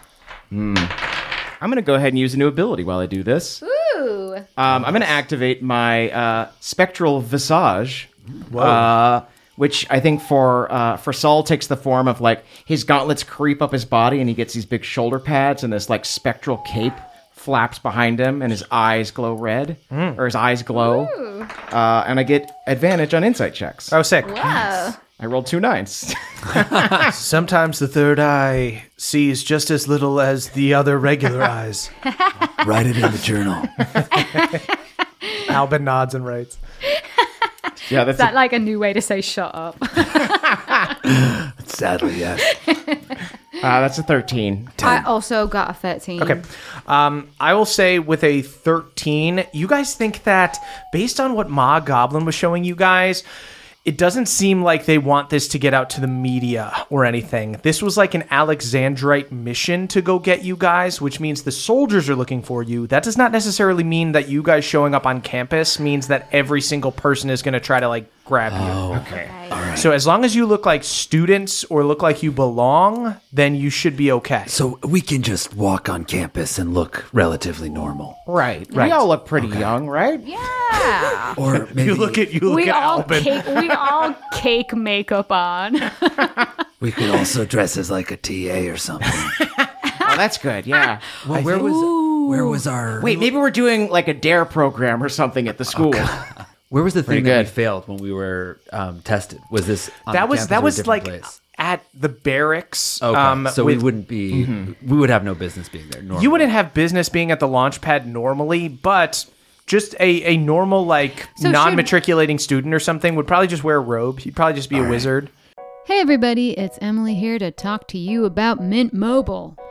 S2: Hmm.
S6: I'm gonna go ahead and use a new ability while I do this.
S4: Ooh.
S6: Um, I'm gonna activate my uh, spectral visage, uh, which I think for uh, for Saul takes the form of like his gauntlets creep up his body, and he gets these big shoulder pads, and this like spectral cape flaps behind him, and his eyes glow red,
S2: Hmm.
S6: or his eyes glow. Uh, and I get advantage on insight checks.
S2: Oh, sick.
S4: Wow.
S6: I rolled two nines. *laughs*
S2: Sometimes the third eye sees just as little as the other *laughs*
S4: *laughs*
S2: regular eyes.
S3: Write it in the journal.
S2: Albin nods and writes.
S6: yeah,
S4: *laughs*
S6: that's
S4: Is that like a new way to say shut up?
S6: *laughs*
S3: Sadly, yes.
S6: a, uh, that's a thirteen.
S4: I also got a 13.
S2: Okay. Um, I will say with a 13, you guys think that based on what Ma Goblin was showing you guys, it doesn't seem like they want this to get out to the media or anything. This was like an Alexandrite mission to go get you guys, which means the soldiers are looking for you. That does not necessarily mean that you guys showing up on campus means that every single person is going to try to like grab you. Okay. So as long as you look like students or look like you belong, then you should be okay.
S3: So we can just walk on campus and look relatively normal.
S6: Right, right. We all look pretty young, right?
S4: Yeah.
S3: Or maybe
S2: at you look
S4: we all cake we all cake makeup
S6: *laughs*
S4: on.
S3: we could also dress as like a TA or something.
S6: Oh, that's good. Yeah.
S3: I
S6: where
S3: think- where was our
S6: Wait, maybe we're doing like a dare program or something at the school.
S9: Where was the thing
S6: Pretty
S9: that we
S6: good.
S9: failed when we were um, tested? Was this on
S2: that
S9: the
S2: was
S9: campus or
S2: that
S9: a
S2: was like
S9: different place?
S2: at the barracks.
S9: Okay,
S2: um,
S9: so
S2: with- Mm-hmm.
S9: we wouldn't be. We would have no business being there. Normally.
S2: You wouldn't have business being at the launch pad normally, but just a, a normal like
S4: So should-
S2: non-matriculating student or something would probably just wear a robe. He'd probably just be a wizard.
S4: Hey everybody, it's Emily here to talk to you about Mint Mobile.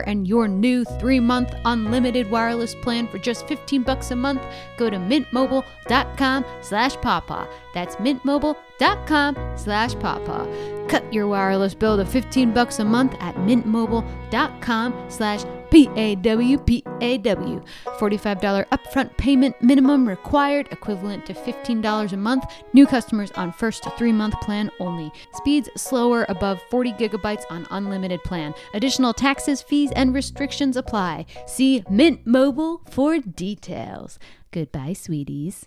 S4: and your new 3-month unlimited wireless plan for just 15 bucks a month, go to mintmobile.com/pawpaw. That's mintmobile.com/pawpaw. Cut your wireless bill to 15 bucks a month at mintmobile.com/pawpaw. PAW PAW. $45 upfront payment minimum required, equivalent to $15 a month. New customers on first three month plan only. Speeds slower above 40 gigabytes on unlimited plan. Additional taxes, fees, and restrictions apply. See Mint Mobile for details. Goodbye, sweeties.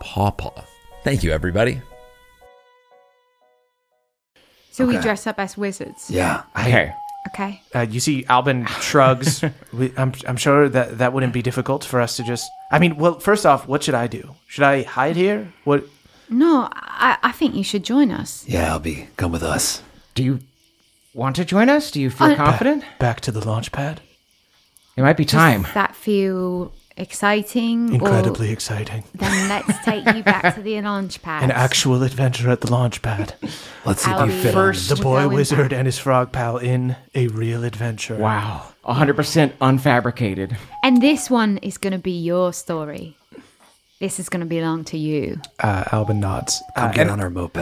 S10: pawpaw. Thank you, everybody.
S4: So we
S2: Okay.
S4: dress up as wizards.
S2: Okay.
S4: Okay.
S2: Uh, you see, Albin shrugs. we, I'm, I'm sure that that wouldn't be difficult for us to just. I mean, well, first off, what should I do? Should I hide here? What?
S4: No, I, I think you should join us.
S3: Yeah, Albie, come with us.
S6: Do you want to join us? Do you feel
S4: I-
S6: confident?
S2: Back to the launch pad.
S6: It might be time.
S4: Does that feel exciting? or-
S2: Incredibly exciting.
S4: Then let's take you back to the
S2: *laughs*
S4: launch pad.
S2: An actual adventure at the
S4: *laughs*
S2: launch pad.
S3: Let's
S4: see if you Albie. fit on
S2: First, the
S4: it.
S2: boy
S4: Going
S2: wizard and his frog pal in a real adventure.
S6: Wow. 100% unfabricated.
S4: and this one is going to be your story. This is going to belong to you.
S2: Uh, Albin nods.
S3: Come
S2: Uh,
S3: get
S2: and
S3: on our moped.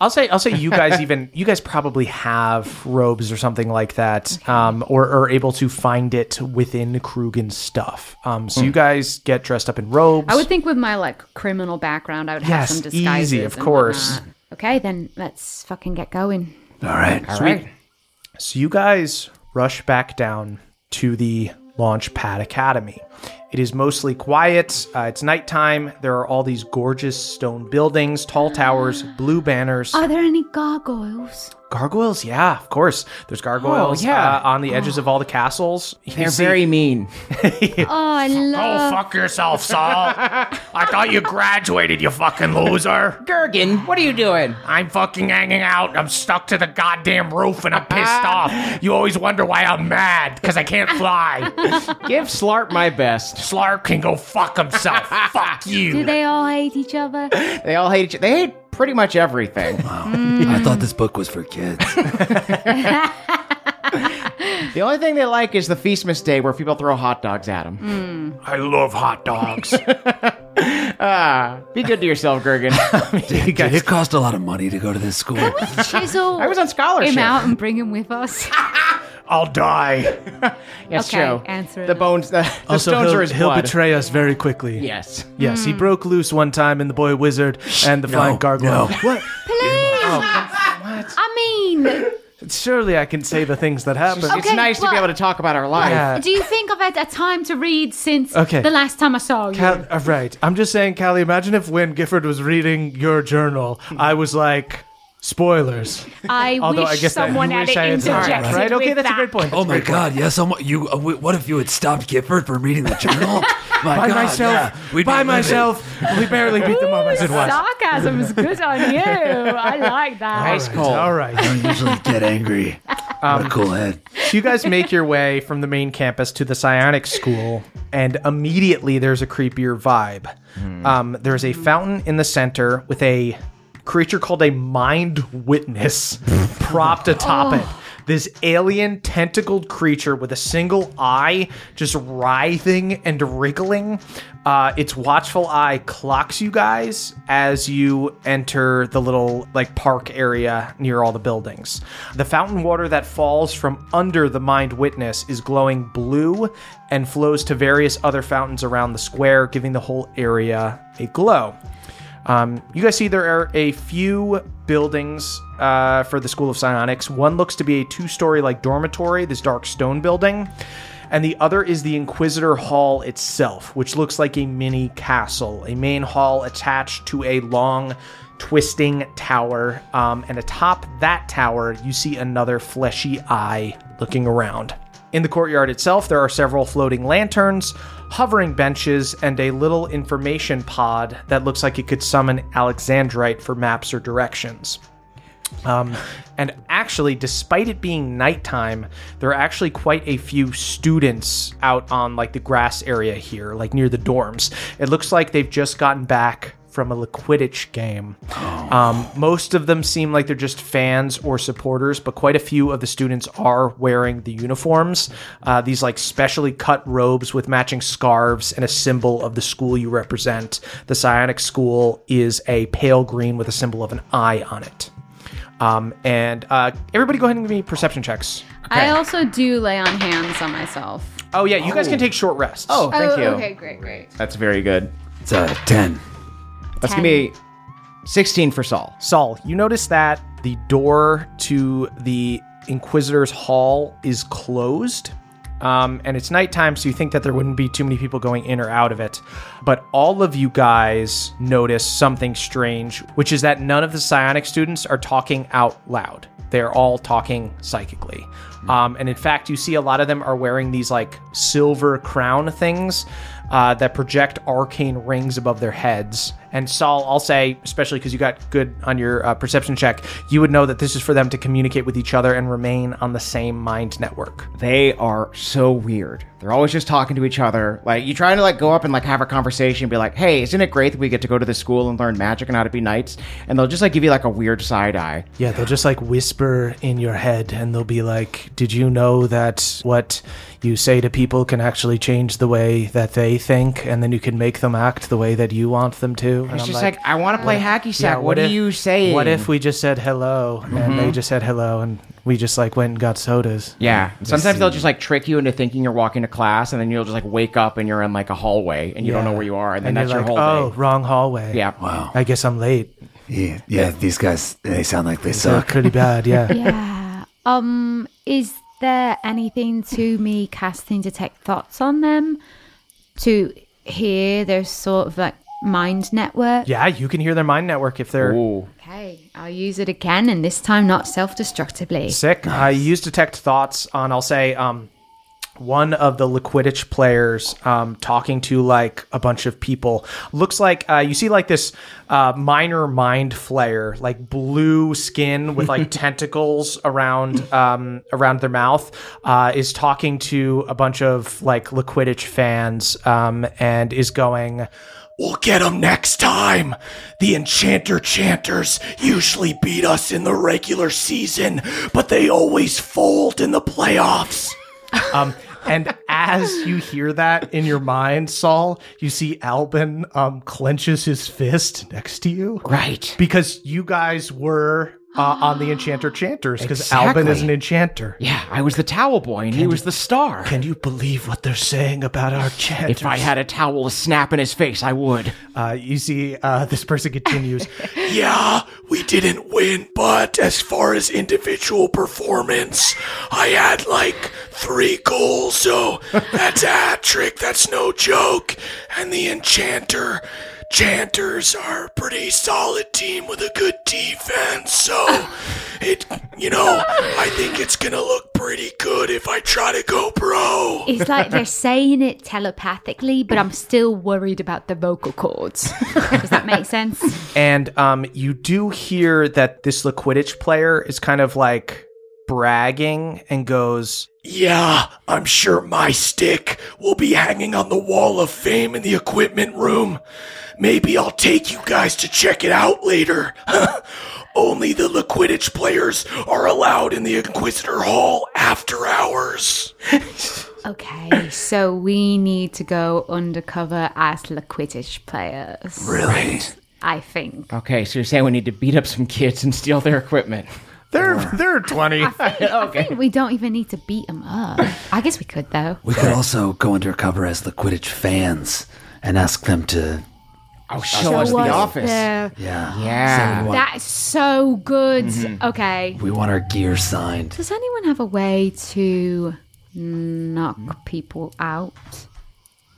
S2: I'll say I'll say
S3: *laughs*
S2: you guys even you guys probably have robes or something like that, um, or are able to find it within Krugen's stuff. Um, so
S3: Hmm.
S2: you guys get dressed up in robes.
S4: I would think with my like criminal background, I would have
S2: Yes,
S4: some disguises.
S2: easy, of
S4: and
S2: course.
S4: whatnot. Okay, then let's fucking get going.
S3: All right.
S6: All right.
S2: So you guys rush back down to the Launch Pad Academy. It is mostly quiet. Uh, it's nighttime. There are all these gorgeous stone buildings, tall towers, blue banners.
S4: Are there any gargoyles?
S2: gargoyles, yeah, of course. There's gargoyles
S6: Oh, yeah.
S2: uh, on the edges of all the castles. You
S6: They're
S2: see-
S6: very
S2: *laughs*
S6: mean.
S4: Oh, I love.
S7: Fuck yourself, Saul. I thought you graduated, you fucking loser.
S6: Gergen, what are you doing?
S7: I'm fucking hanging out. I'm stuck to the goddamn roof and I'm pissed
S6: Ah.
S7: off. You always wonder why I'm mad because I can't fly.
S6: Give Slarp my best.
S7: Slarp can go
S6: *laughs*
S7: fuck himself.
S4: *laughs*
S7: fuck
S4: Do
S7: you.
S4: they all hate each
S2: *laughs*
S4: other?
S6: They all hate each They hate pretty much everything.
S3: I thought this book was for kids.
S6: *laughs* the only thing they like is the Feastmas Day where people throw hot dogs at them.
S7: I love hot dogs.
S6: Ah, be good to yourself, Gergen. *laughs*
S3: Dude, it cost a lot of money to go to this school.
S4: Chisel
S6: I was on scholarship.
S4: him out and bring him with us.
S7: I'll die.
S6: *laughs* Yes,
S4: Okay,
S6: Joe.
S4: answer
S6: the
S4: it.
S6: bones. The, the
S2: Also,
S6: stones
S2: he'll,
S6: are his
S2: he'll
S6: blood.
S2: betray us very quickly.
S6: yes.
S2: Yes,
S4: Hmm.
S2: he broke loose one time in the boy wizard and the flying gargoyle.
S3: no.
S2: What?
S4: Please.
S2: Oh,
S4: I mean,
S2: Surely I can say the things that happened.
S6: it's nice to be
S4: well-
S6: able to talk about our life.
S2: *laughs* Yeah.
S4: do you think I've had a time to read since
S2: Okay.
S4: the last time I saw you?
S2: Cal- uh, right. I'm just saying, Callie, imagine if when Gifford was reading your journal,
S6: Hmm.
S2: I was like, spoilers.
S4: I
S2: Although
S4: wish
S2: I guess I-
S4: someone
S2: I
S4: had
S2: wish I had done that,
S4: interjected.
S2: Right? Okay,
S4: with
S2: that's a
S4: that.
S2: great point.
S3: Oh my God! Yes, I'm, you. uh, wait, what if you had stopped Gifford from reading the journal?
S4: *laughs*
S3: My
S2: By
S3: God,
S2: myself.
S3: yeah, we'd be
S2: by
S3: livid.
S2: myself. we barely beat them up as it was.
S4: Sarcasm is good on you. I like that.
S6: Ice cold.
S2: *laughs* All right.
S3: I usually get angry. Um, cool head.
S2: So you guys make your way from the main campus to the psionic school, and immediately there's a creepier vibe. Um, there's a fountain in the center with a creature called a mind witness propped atop it. This alien tentacled creature with a single eye just writhing and wriggling. Uh, its watchful eye clocks you guys as you enter the little like park area near all the buildings. The fountain water that falls from under the mind witness is glowing blue and flows to various other fountains around the square, giving the whole area a glow. Um, you guys see there are a few buildings uh, for the School of Psionics. One looks to be a two story, like, dormitory, this dark stone building. and the other is the Inquisitor Hall itself, which looks like a mini castle, a main hall attached to a long, twisting tower. Um, and atop that tower, you see another fleshy eye looking around. In the courtyard itself, there are several floating lanterns, hovering benches, and a little information pod that looks like it could summon Alexandrite for maps or directions. Um, and actually, despite it being nighttime, there are actually quite a few students out on like the grass area here, like near the dorms. It looks like they've just gotten back from a Quidditch game. Um, most of them seem like they're just fans or supporters, but quite a few of the students are wearing the uniforms. Uh, these like specially cut robes with matching scarves and a symbol of the school you represent. The Psionic School is a pale green with a symbol of an eye on it. Um, and uh, everybody, go ahead and give me perception checks.
S4: I also do lay on hands on myself.
S2: Oh yeah, you guys can take short rests.
S6: Oh, thank you.
S4: Okay, great, great.
S6: That's very good.
S3: It's a 10.
S6: That's going to be 16 for Saul.
S2: Saul, you notice that the door to the Inquisitor's Hall is closed. Um, and it's nighttime, so you think that there wouldn't be too many people going in or out of it. But all of you guys notice something strange, which is that none of the psionic students are talking out loud. They're all talking psychically. Um, and in fact, you see a lot of them are wearing these like silver crown things uh, that project arcane rings above their heads. And Saul, I'll say, especially because you got good on your uh, perception check, you would know that this is for them to communicate with each other and remain on the same mind network.
S6: They are so weird. They're always just talking to each other. Like you trying to like go up and like have a conversation and be like, "Hey, isn't it great that we get to go to this school and learn magic and how to be knights?" And they'll just like give you like a weird side eye.
S1: Yeah, they'll just like whisper in your head and they'll be like, Did you know that what you say to people can actually change the way that they think and then you can make them act the way that you want them to? And
S6: It's just like, "I want to play hacky sack. what are
S1: if-
S6: you saying?"
S1: What if we just said hello and they
S6: Mhm.
S1: just said hello and we just like went and got sodas?
S6: Yeah.
S1: I
S6: Sometimes they'll
S1: see.
S6: just like trick you into thinking you're walking to class, and then you'll just like wake up and you're in like a hallway and you don't
S1: Yeah.
S6: know where you are, and then
S1: you're
S6: that's your
S1: like,
S6: whole
S1: Oh,
S6: day.
S1: wrong hallway.
S6: Yeah.
S3: Wow.
S1: I guess I'm late.
S3: Yeah, yeah, these guys, they sound like they
S1: They're
S3: suck.
S1: pretty
S3: *laughs*
S1: bad. Yeah.
S4: Yeah. Um, is there anything to me casting detect thoughts on them to hear their sort of like mind network?
S2: Yeah, you can hear their mind network if they're
S4: Okay, I'll use it again, and this time not self-destructively.
S2: sick. I use detect thoughts on. I'll say um, one of the Liquidich players um, talking to like a bunch of people. Looks like uh, you see like this uh, minor mind flayer, like blue skin with like tentacles around um, around their mouth, uh, is talking to a bunch of like Liquidich fans um, and is going.
S7: We'll get them next time. The Enchanter Chanters usually beat us in the regular season, but they always fold in the playoffs.
S2: Um, and as you hear that in your mind, Saul, you see Albin um, clenches his fist next to you.
S6: Right.
S2: Because you guys were uh, on the Enchanter Chanters, because Albin is an
S1: Exactly.
S2: enchanter.
S6: Yeah, I was the towel boy, and he was the star.
S1: Can you believe what they're saying about our chanters?
S6: If I had a towel to snap in his face, I would.
S2: Uh, you see, uh, this person continues. *laughs*
S7: Yeah, we didn't win, but as far as individual performance, I had like three goals, so that's a hat trick, that's no joke. And the Enchanter Chanters are a pretty solid team with a good defense, so it, you know, I think it's gonna look pretty good if I try to go pro.
S4: It's like *laughs* they're saying it telepathically, but I'm still worried about the vocal *laughs* cords. Does that make sense?
S2: and um, you do hear that this Liquidich player is kind of like bragging and goes,
S7: Yeah, I'm sure my stick will be hanging on the wall of fame in the equipment room. Maybe I'll take you guys to check it out later. *laughs* Only the Liquidage players are allowed in the Inquisitor Hall after hours.
S4: Okay, so we need to go undercover as Liquidish players.
S6: Really?
S4: I
S6: *laughs*
S4: think.
S6: Okay, so you're saying we need to beat up some kids and steal their equipment?
S2: They're they're twenty.
S4: I think we don't even need to beat them up. I guess we could though.
S3: We could also go undercover as the Quidditch fans and ask them to.
S6: Oh,
S4: Show us their-
S3: *laughs* Yeah. Mm-hmm.
S6: Yeah.
S3: So we, want,
S4: That's so good. Okay.
S3: we want our gear signed.
S4: Does anyone have a way to knock people out.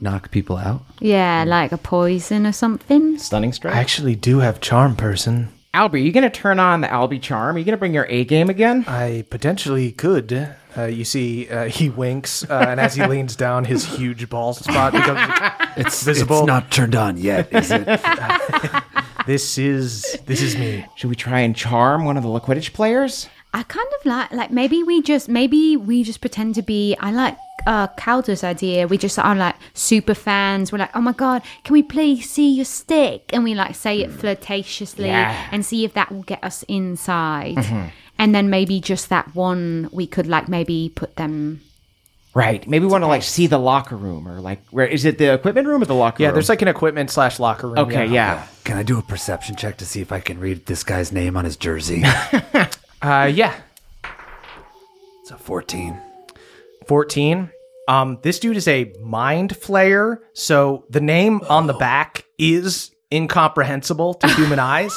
S11: Knock people out.
S3: Hmm.
S4: Yeah, like a poison or something.
S6: Stunning strike.
S2: I actually do have charm person.
S6: Albie, are you going to turn on the Albie charm? Are you going to bring your A game again?
S2: I potentially could. Uh, you see, uh, he winks, uh, and as he leans down, his huge bald spot becomes
S3: *laughs* It's
S2: visible.
S3: It's not turned on yet, is it?
S2: *laughs* this is this is me.
S6: Should we try and charm one of the Liquidage players?
S4: I kind of like like maybe we just maybe we just pretend to be. I like uh Calder's idea. We just are like super fans. We're like, oh my god, can we please see your stick? And we like say it
S3: Mm.
S4: flirtatiously
S6: Yeah.
S4: and see if that will get us inside.
S3: Mm-hmm.
S4: And then maybe just that one we could like maybe put them.
S6: Right. Maybe we want to like see the locker room or like where is it the equipment room or the locker
S2: Yeah,
S6: room?
S2: there's like an equipment slash locker room.
S6: Okay, yeah.
S3: Can I do a perception check to see if I can read this guy's name on his
S2: *laughs*
S3: jersey?
S2: Uh, yeah.
S3: It's a 14.
S2: 14. Um, this dude is a mind flayer, so the name on the
S3: Oh.
S2: back is
S3: *laughs*
S2: incomprehensible to human eyes.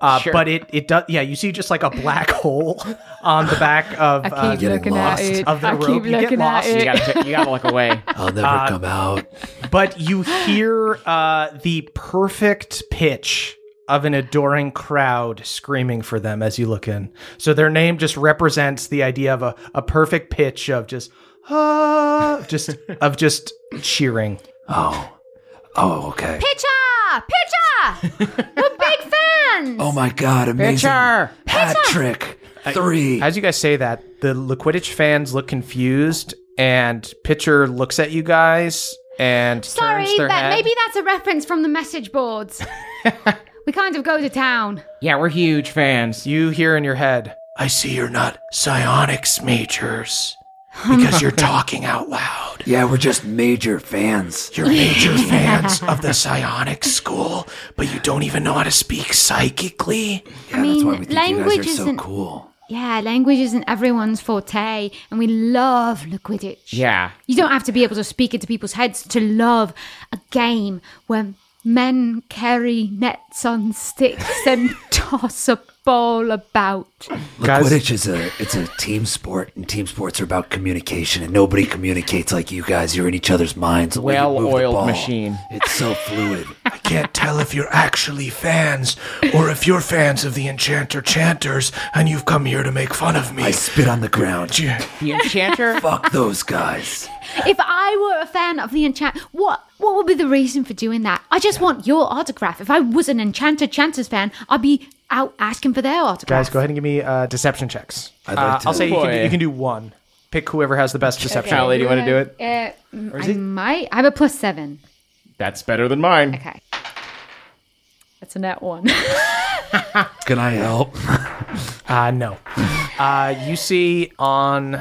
S2: Uh,
S6: Sure.
S2: But it it does. Yeah, you see just like a black hole on the back of uh,
S3: Getting looking at lost. it.
S2: Of the rope. You get lost.
S6: You gotta, you gotta look away.
S3: *laughs* I'll never
S2: Uh,
S3: come out.
S2: but you hear uh, the perfect pitch of an adoring crowd screaming for them as you look in. So their name just represents the idea of a, a perfect pitch of just
S6: Uh,
S2: ah, just of just cheering.
S3: Oh. Oh, okay.
S4: Pitcher, pitcher, we're big fans.
S3: Oh my god, amazing.
S6: Pitcher!
S3: Hat trick. Three.
S2: As you guys say that, the Liquidage fans look confused, and Pitcher looks at you guys and
S4: Sorry,
S2: turns their
S4: but
S2: head.
S4: maybe that's a reference from the message boards.
S3: *laughs*
S4: we kind of go to town.
S6: Yeah, we're huge fans.
S2: you hear in your head.
S7: I see you're not psionics majors because
S3: *laughs*
S7: you're talking out loud.
S3: yeah, we're just major fans.
S7: You're major fans of the psionic school, but you don't even know how to speak psychically.
S3: yeah, that's why
S4: mean,
S3: we think you guys are
S4: language
S3: so
S4: isn't-
S3: cool.
S4: Yeah, language isn't everyone's forte, and we love Liquidage.
S6: Yeah.
S4: You don't have to be able to speak into people's heads to love a game where men carry nets on sticks and *laughs* toss a ball about.
S2: Guys-
S3: Quidditch is a it's a team sport, and team sports are about communication. And nobody communicates like you guys. You're in each other's minds. the way you move the
S6: Well-oiled
S3: ball.
S6: machine.
S3: It's so fluid.
S7: I can't tell if you're actually fans or if you're fans of the Enchanter Chanters and you've come here to make fun of me.
S3: I spit on the ground.
S7: Gee,
S6: The
S3: *laughs*
S6: enchanter.
S3: Fuck those guys.
S4: If I were a fan of the enchant, what what would be the reason for doing that? I just want your autograph. If I was an Enchanted Chanters fan, I'd be out asking for their autograph.
S2: Guys, go ahead and give me uh, deception checks.
S3: I'd like
S2: Uh,
S3: to-
S2: I'll say you can,
S6: Boy.
S2: you can do one. Pick whoever has the best deception.
S6: Charlie, do you want to do it?
S4: Uh, I might. I have a plus seven.
S6: That's better than mine.
S4: Okay. That's a net one. *laughs*
S3: Can I help?
S2: *laughs* Uh, no. Uh, you see on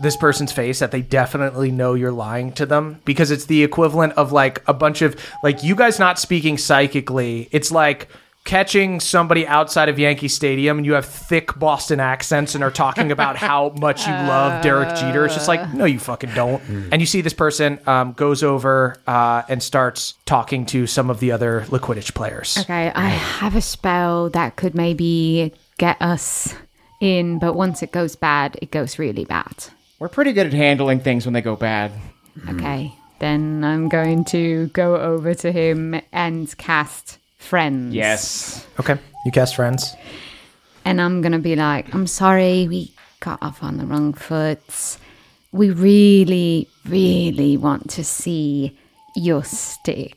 S2: this person's face that they definitely know you're lying to them because it's the equivalent of like a bunch of like you guys not speaking psychically. It's like catching somebody outside of Yankee Stadium and you have thick Boston accents and are talking about how much you love Derek Jeter. It's just like no, you fucking don't.
S3: Hmm.
S2: And you see this person um, goes over uh, and starts talking to some of the other Liquidage players.
S4: okay, I have a spell that could maybe get us in, but once it goes bad, it goes really bad.
S6: We're pretty good at handling things when they go bad.
S4: Okay, then I'm going to go over to him and cast friends.
S6: Yes.
S2: Okay, you cast friends.
S4: and I'm gonna be like, I'm sorry, we got off on the wrong foot. We really, really want to see your stick.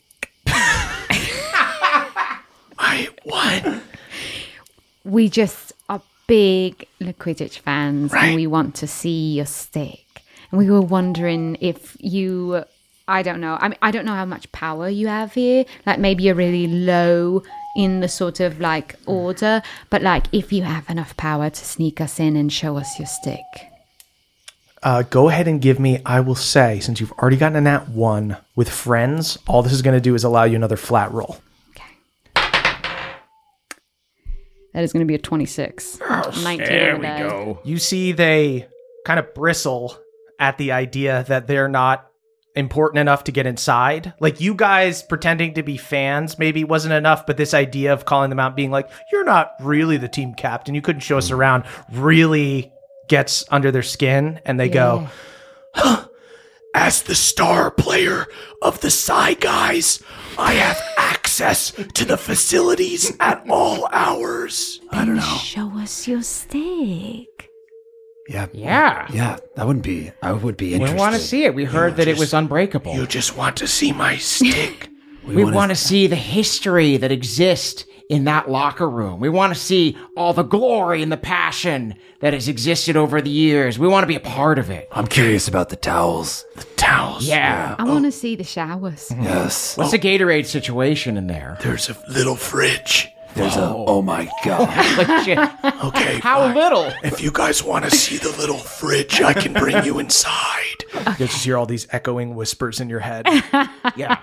S7: I what?
S4: We just are big Liquidage fans, and
S7: Right.
S4: we want to see your stick. And we were wondering if you. I don't know. I mean, I don't know how much power you have here. Like maybe you're really low in the sort of like order, but like if you have enough power to sneak us in and show us your stick.
S2: Uh, go ahead and give me, I will say, since you've already gotten a nat one with friends, all this is going to do is allow you another flat roll.
S4: That is going to be a 26. 19 Oh, there we go.
S2: You see, they kind of bristle at the idea that they're not important enough to get inside. Like, you guys pretending to be fans maybe wasn't enough, but this idea of calling them out, being like, you're not really the team
S4: Hmm.
S2: captain, you couldn't show us around, really gets under their skin. And they go,
S7: As the star player of the Psy Guys, I have access to the facilities at all hours.
S12: I don't know. Show us your stick.
S3: Yeah.
S6: Yeah.
S3: Yeah. That wouldn't be. I would be
S6: We
S3: interested.
S6: want to see it. We heard that it was unbreakable. You
S7: just want to see my
S6: *laughs*
S7: stick.
S6: we want to see the history that exists in that locker room. We want to see all the glory and the passion that has existed over the years. We want to be a part of it.
S3: I'm curious about the towels. The
S7: towels.
S6: Yeah.
S4: I want to see the showers.
S3: Yes.
S6: What's the Gatorade situation in there?
S7: There's a little fridge.
S3: There's a. Oh my god.
S7: Okay.
S6: How little?
S7: If you guys want to see the little fridge, I can bring you inside.
S2: You'll just hear all these echoing whispers in your head.
S6: yeah.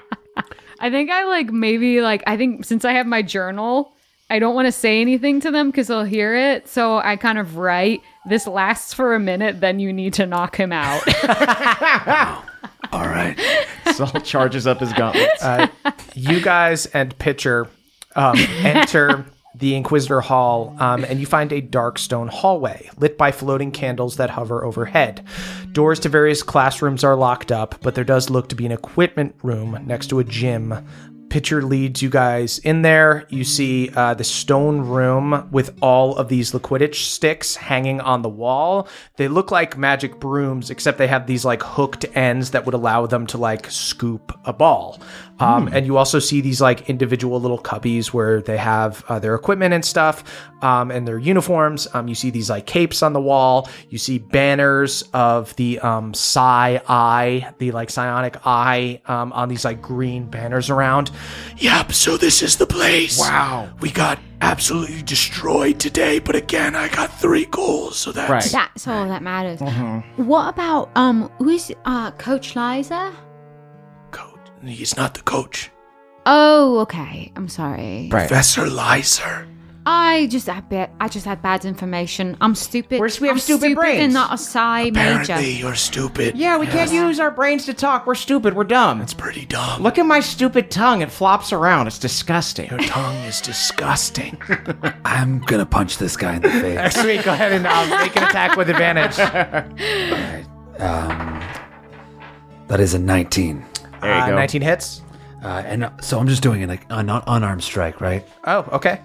S4: I think I like maybe like I think since I have my journal, I don't want to say anything to them because they'll hear it. So I kind of write this lasts for a minute, then you need to knock him out.
S3: All right.
S6: Saul charges up his gauntlets.
S2: Uh, you guys and Pitcher um, enter the Inquisitor Hall, um, and you find a dark stone hallway lit by floating candles that hover overhead. Doors to various classrooms are locked up, but there does look to be an equipment room next to a gym. Pitcher leads you guys in there. You see uh, the stone room with all of these Liquidich sticks hanging on the wall. They look like magic brooms, except they have these like hooked ends that would allow them to like scoop a ball. Um, And you also see these like individual little cubbies where they have uh, their equipment and stuff um, and their uniforms. Um, you see these like capes on the wall. You see banners of the um, Psi Eye, the like psionic eye um, on these like green banners around.
S7: Yep, so this is the place.
S6: Wow.
S7: We got absolutely destroyed today, but again, I got three goals, so
S4: *laughs*
S7: that's.
S4: That's all that matters. What about um who's uh Coach Liza?
S7: He's not the coach.
S4: Oh, okay. I'm sorry.
S7: Professor Lyser.
S4: I just had bit I just had bad information. I'm stupid. Where's
S6: we have
S4: I'm
S6: stupid brains.
S4: and not a psi major.
S7: Apparently, you're stupid.
S6: Yeah, we can't use our brains to talk. We're stupid. We're dumb. It's
S7: pretty dumb.
S6: Look at my stupid tongue. It flops around. It's disgusting.
S7: Your tongue is disgusting.
S3: I'm gonna punch this guy in the
S2: *laughs*
S3: face.
S2: Sweet, go ahead and uh, make an attack with advantage.
S3: Um, that is a 19.
S2: There you Uh, go. 19 hits.
S3: Uh, and uh, so I'm just doing an, like, an un- unarmed strike, right?
S2: Oh, okay.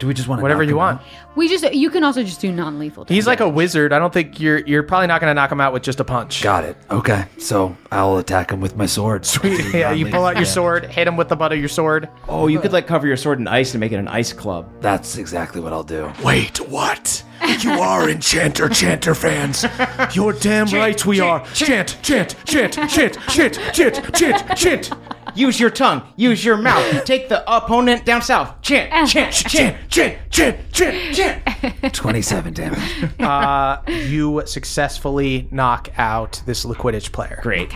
S3: Do we just want to
S2: Whatever you want.
S4: We just you can also just do non-lethal.
S2: He's like a wizard. I don't think you're you're probably not going to knock him out with just a punch.
S3: Got it. Okay, so I'll attack him with my
S6: *laughs*
S3: sword. Sweet.
S2: *laughs* Yeah, you pull out your sword, hit him with the butt of your sword.
S6: *laughs* Oh, you could like cover your sword in ice and make it an ice club.
S3: That's exactly what I'll do.
S7: Wait, what? You are enchanter chanter fans. You're damn right we are. Chant, chant, chant, chant, chant, chant, chant, chant.
S6: Use your tongue. Use your mouth. Take the opponent down south. Chant, chant, chant,
S7: chant, chant, chant, chant.
S3: 27 damage.
S2: *laughs* Uh, you successfully knock out this Liquidage player.
S6: Great.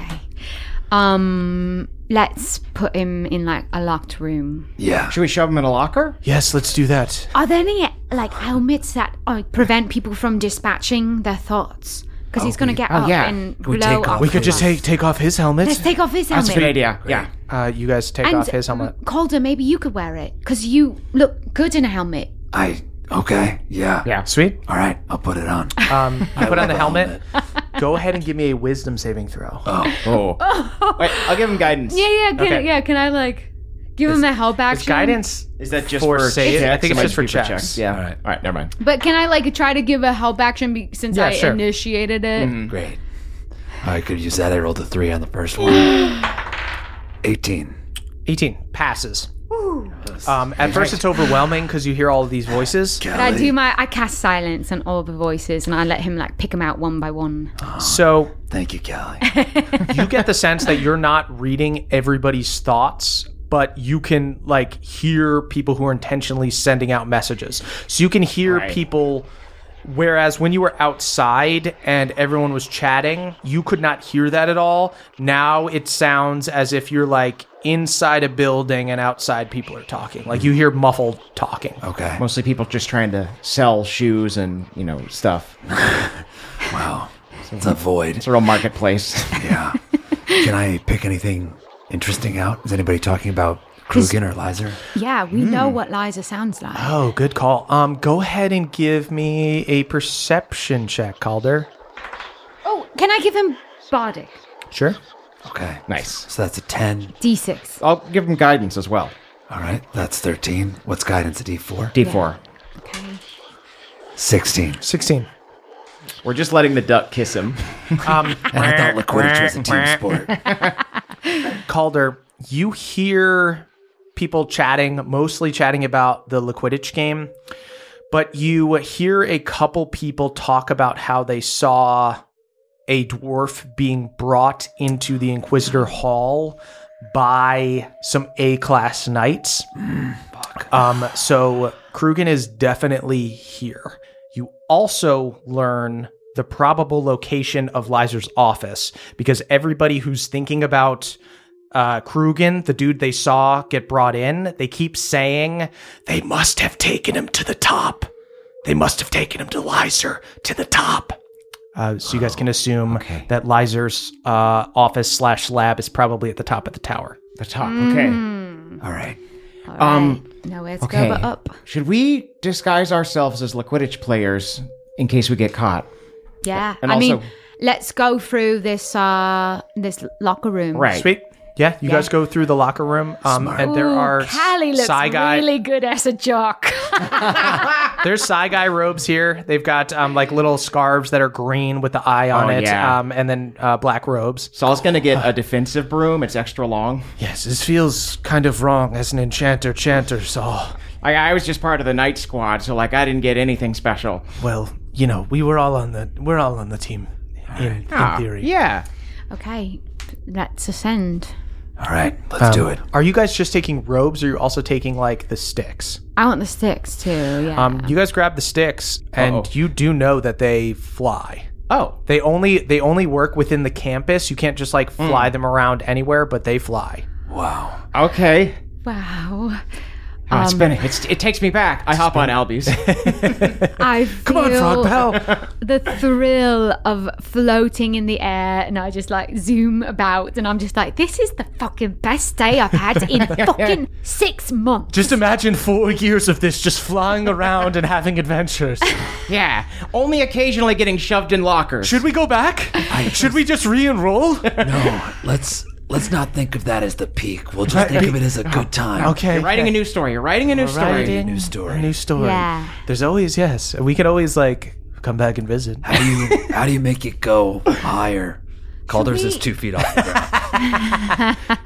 S4: Um, let's put him in like a locked room.
S3: Yeah.
S6: Should we shove him in a locker?
S2: Yes, let's do that.
S4: Are there any like helmets that uh, prevent people from dispatching their thoughts? Because
S2: Oh,
S4: he's gonna
S6: Oh,
S4: get up oh, and blow up.
S2: We could just take take off his helmet.
S4: Let's take off his helmet.
S6: Yeah.
S2: Uh, you guys take
S4: And, mm,
S2: off his helmet.
S4: Calder, maybe you could wear it because you look good in a helmet.
S3: I. Okay, yeah.
S6: Yeah.
S2: Sweet.
S3: All right, I'll put
S4: *laughs*
S3: it on.
S2: Um,
S3: *laughs*
S2: you put
S3: love
S2: on the
S3: a
S2: helmet. *laughs* Go ahead and give me a wisdom saving throw.
S3: Oh.
S6: Oh.
S4: *laughs*
S6: Wait, I'll give him guidance.
S4: *laughs* Yeah, yeah, can,
S2: Okay.
S4: yeah. Can I like give him a help action?
S2: guidance
S6: Is that just
S2: For
S6: for,
S2: save-
S6: checks?
S2: I think it's
S6: It might
S2: just for
S6: be
S2: checks.
S6: Yeah. All right. All right. Never mind.
S4: But can I like try to give a help action be- since
S2: Yeah,
S4: I
S2: sure.
S4: initiated
S3: Mm,
S4: it?
S3: Great. I could use that. I rolled a three on the first
S6: *gasps*
S3: one. 18.
S2: 18 passes. Um, at first, it's overwhelming because you hear all of these voices.
S4: But I do my I cast silence on all the voices and I let him like pick them out one by one.
S2: Ah. So
S3: Thank you, Callie.
S2: *laughs* you get the sense that you're not reading everybody's thoughts but you can like hear people who are intentionally sending out messages so you can hear
S6: Right.
S2: people whereas when you were outside and everyone was chatting you could not hear that at all now it sounds as if you're like inside a building and outside people are talking like you hear muffled talking
S3: Okay.
S6: Mostly people just trying to sell shoes and you know stuff.
S3: *laughs* Wow. It's a void.
S6: It's a
S3: *laughs*
S6: real marketplace.
S3: Yeah. Can I pick anything interesting out? Is anybody talking about Krugen or Lizer?
S4: Yeah, we know what Liza sounds like.
S2: oh good call um go ahead and give me a perception check calder
S4: Oh, can I give him Bardic.
S6: Sure.
S3: Okay.
S6: Nice.
S3: So that's a 10.
S4: D6.
S6: I'll give them guidance as well.
S3: All right. That's 13. What's guidance at D4?
S6: D4.
S3: 16.
S1: 16.
S6: We're just letting the duck kiss him.
S2: *laughs* Um,
S3: *laughs* And I
S2: *laughs*
S3: thought liquidity was a team sport.
S2: Calder, you hear people chatting, mostly chatting about the Liquidity game, but you hear a couple people talk about how they saw a dwarf being brought into the Inquisitor Hall by some A class knights.
S3: Mm.
S2: Um, so Krugen is definitely here. You also learn the probable location of Lizer's office because everybody who's thinking about uh, Krugen, the dude they saw get brought in, they keep saying they must have taken him to the top. They must have taken him to Lizer to the top. Uh, so you guys can assume that Lizer's uh, office slash lab is probably at the top of the tower.
S6: The top. Okay.
S5: Mm.
S3: All right.
S6: Um,
S4: Nowhere to
S6: okay.
S4: go but up.
S6: Should we disguise ourselves as Liquidity players in case we get caught?
S4: Yeah.
S6: And
S4: I mean,
S6: also-
S4: let's go through this uh this locker room.
S6: Right.
S2: Sweet. Yeah, you guys go through the locker room, um, and there
S5: Ooh,
S2: are
S5: Callie looks
S2: Psy guy.
S5: really good as a jock.
S2: There's Psy guy robes here. They've got um, like little scarves that are green with the eye on
S6: Oh,
S2: it,
S6: yeah.
S2: um, and then uh, black robes.
S6: Saul's gonna get a defensive broom. It's extra long.
S1: Yes, this feels kind of wrong as an enchanter chanter, Saul.
S6: I, I was just part of the night squad, so like I didn't get anything special.
S1: Well, you know, we were all on the we're all on the team in, in theory.
S6: Ah, Yeah.
S4: Okay. Let's ascend.
S3: All right. Let's do it.
S2: Um, Are you guys just taking robes, or are you also taking like the sticks?
S4: I want the sticks too. Yeah.
S2: Um, you guys grab the sticks, and
S1: Uh-oh.
S2: you do know that they fly.
S6: Oh.
S2: They only they only work within the campus. You can't just like
S6: Hmm.
S2: fly them around anywhere, but they fly.
S3: Wow.
S6: Okay.
S4: wow.
S6: Oh,
S1: Um,
S6: it's been, it's, it takes me back. I hop on Albie's.
S1: *laughs*
S4: I feel Come on, *laughs* the thrill of floating in the air and I just like zoom about and I'm just like, this is the fucking best day I've had in fucking six months.
S1: Just imagine four years of this just flying around and having adventures.
S6: yeah. Only occasionally getting shoved in lockers.
S1: Should we go back? *laughs* Should we just re-enroll?
S3: No, let's let's not think of that as the peak. We'll just think of it as a
S6: *gasps*
S3: good time.
S1: Okay.
S6: You're writing a new story. You're writing a new story.
S3: New story.
S1: A new story.
S4: Yeah.
S1: There's always yes. We could always like come back and visit.
S3: How do you how do you make it go higher? Calder's is
S4: we-
S3: two feet off the ground.
S1: *laughs*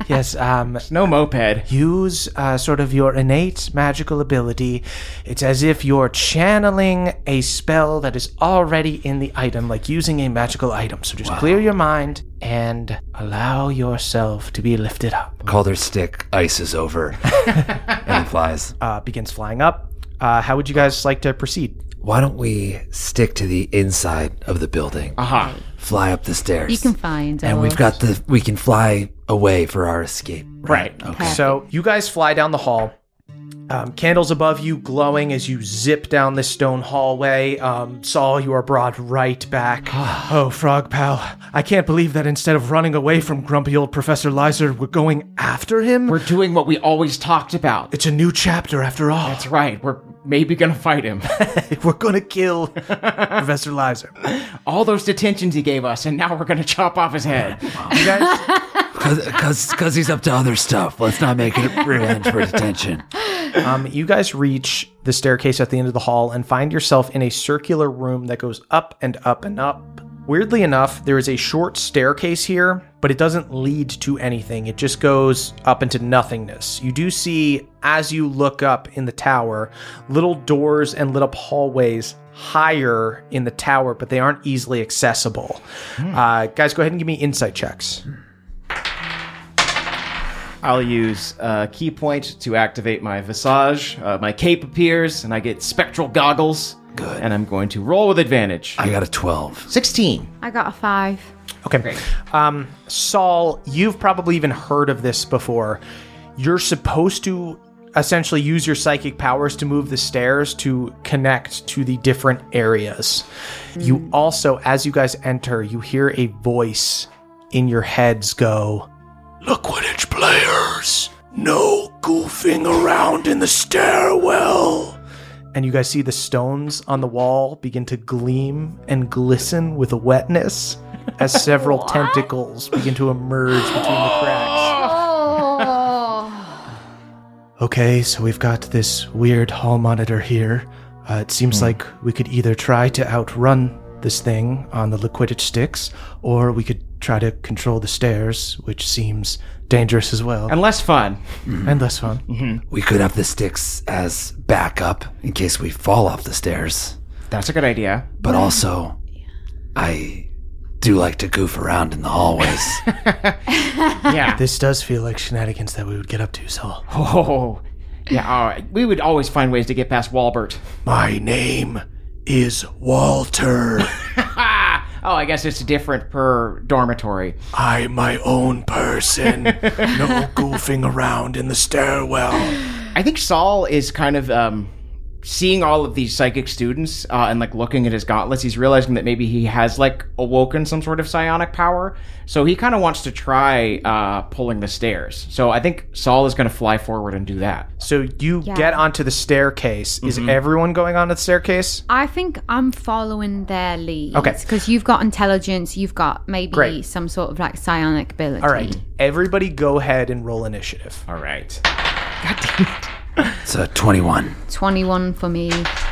S1: yes. Um.
S6: No moped.
S1: Use uh, sort of your innate magical ability. It's as if you're channeling a spell that is already in the item, like using a magical item. So just clear your mind and allow yourself to be lifted up.
S3: Calder's stick ices
S6: *laughs*
S3: over and he flies.
S2: Uh, begins flying up. Uh, how would you guys like to proceed?
S3: Why don't we stick to the inside of the building?
S6: Aha.
S3: Fly up the stairs.
S4: You can find
S3: and
S4: all-
S3: we've got the we can fly away for our escape.
S6: Right.
S2: So you guys fly down the hall. Um, candles above you glowing as you zip down this stone hallway. Um, Saul, you are brought right back.
S1: *sighs* Oh, Frog Pal, I can't believe that instead of running away from grumpy old Professor Lizer, we're going after him?
S6: We're doing what we always talked about.
S1: It's a new chapter after all.
S6: That's right. We're maybe gonna fight him.
S1: *laughs* We're
S6: *laughs*
S1: gonna kill Professor Lizer.
S6: All those detentions he gave us, and now we're gonna chop off his head.
S3: Because because he's up to other stuff. Let's not make
S2: *laughs*
S3: it revenge for detention.
S2: Um, you guys reach the staircase at the end of the hall and find yourself in a circular room that goes up and up and up. Weirdly enough, there is a short staircase here, but it doesn't lead to anything. It just goes up into nothingness. You do see, as you look up in the tower, little doors and lit up hallways higher in the tower, but they aren't easily accessible.
S3: Hmm.
S2: Uh, guys, go ahead and give me insight checks.
S6: I'll use uh, key point to activate my visage. Uh, my cape appears, and I get spectral goggles. Good. And I'm going to roll with advantage.
S3: I got a twelve.
S6: 16.
S4: I got a five.
S2: Okay. Um, Saul, you've probably even heard of this before. You're supposed to essentially use your psychic powers to move the stairs to connect to the different areas. You also, as you guys enter, you hear a voice in your heads go,
S7: Liquidity players, no goofing around in the stairwell.
S1: and you guys see the stones on the wall begin to gleam and glisten with wetness as several tentacles begin to emerge between the cracks.
S5: Oh.
S1: Okay, so we've got this weird hall monitor here. Uh, it seems like we could either try to outrun this thing on the liquidage sticks, or we could try to control the stairs, which seems dangerous as well.
S6: And less fun.
S1: *clears throat* And less fun.
S3: Mm-hmm. We could have the sticks as backup in case we fall off the stairs.
S6: That's a good idea.
S3: But also, I do like to goof around in the
S6: *sighs*
S3: hallways.
S6: *laughs* yeah.
S1: This does feel like shenanigans that we would get up to, Saul.
S6: Oh, yeah. Oh, we would always find ways to get past Walbert.
S7: My name is Walter.
S6: *laughs* Oh, I guess it's different per dormitory.
S7: I'm my own
S6: *laughs*
S7: person. No goofing around in the stairwell.
S6: I think Saul is kind of um, seeing all of these psychic students uh, and like looking at his gauntlets. He's realizing that maybe he has like awoken some sort of psionic power. So he kind of wants to try uh, pulling the stairs. So I think Saul is going to fly forward and do that.
S2: So you
S4: Yeah.
S2: get onto the staircase. Is
S6: Mm-hmm.
S2: everyone going onto the staircase?
S4: I think I'm following their lead.
S2: Okay.
S4: Because you've got intelligence, you've got maybe
S2: Great.
S4: some sort of like psionic ability.
S2: All right. Everybody go ahead and roll initiative.
S6: All right.
S3: it's a 21.
S4: 21 for me.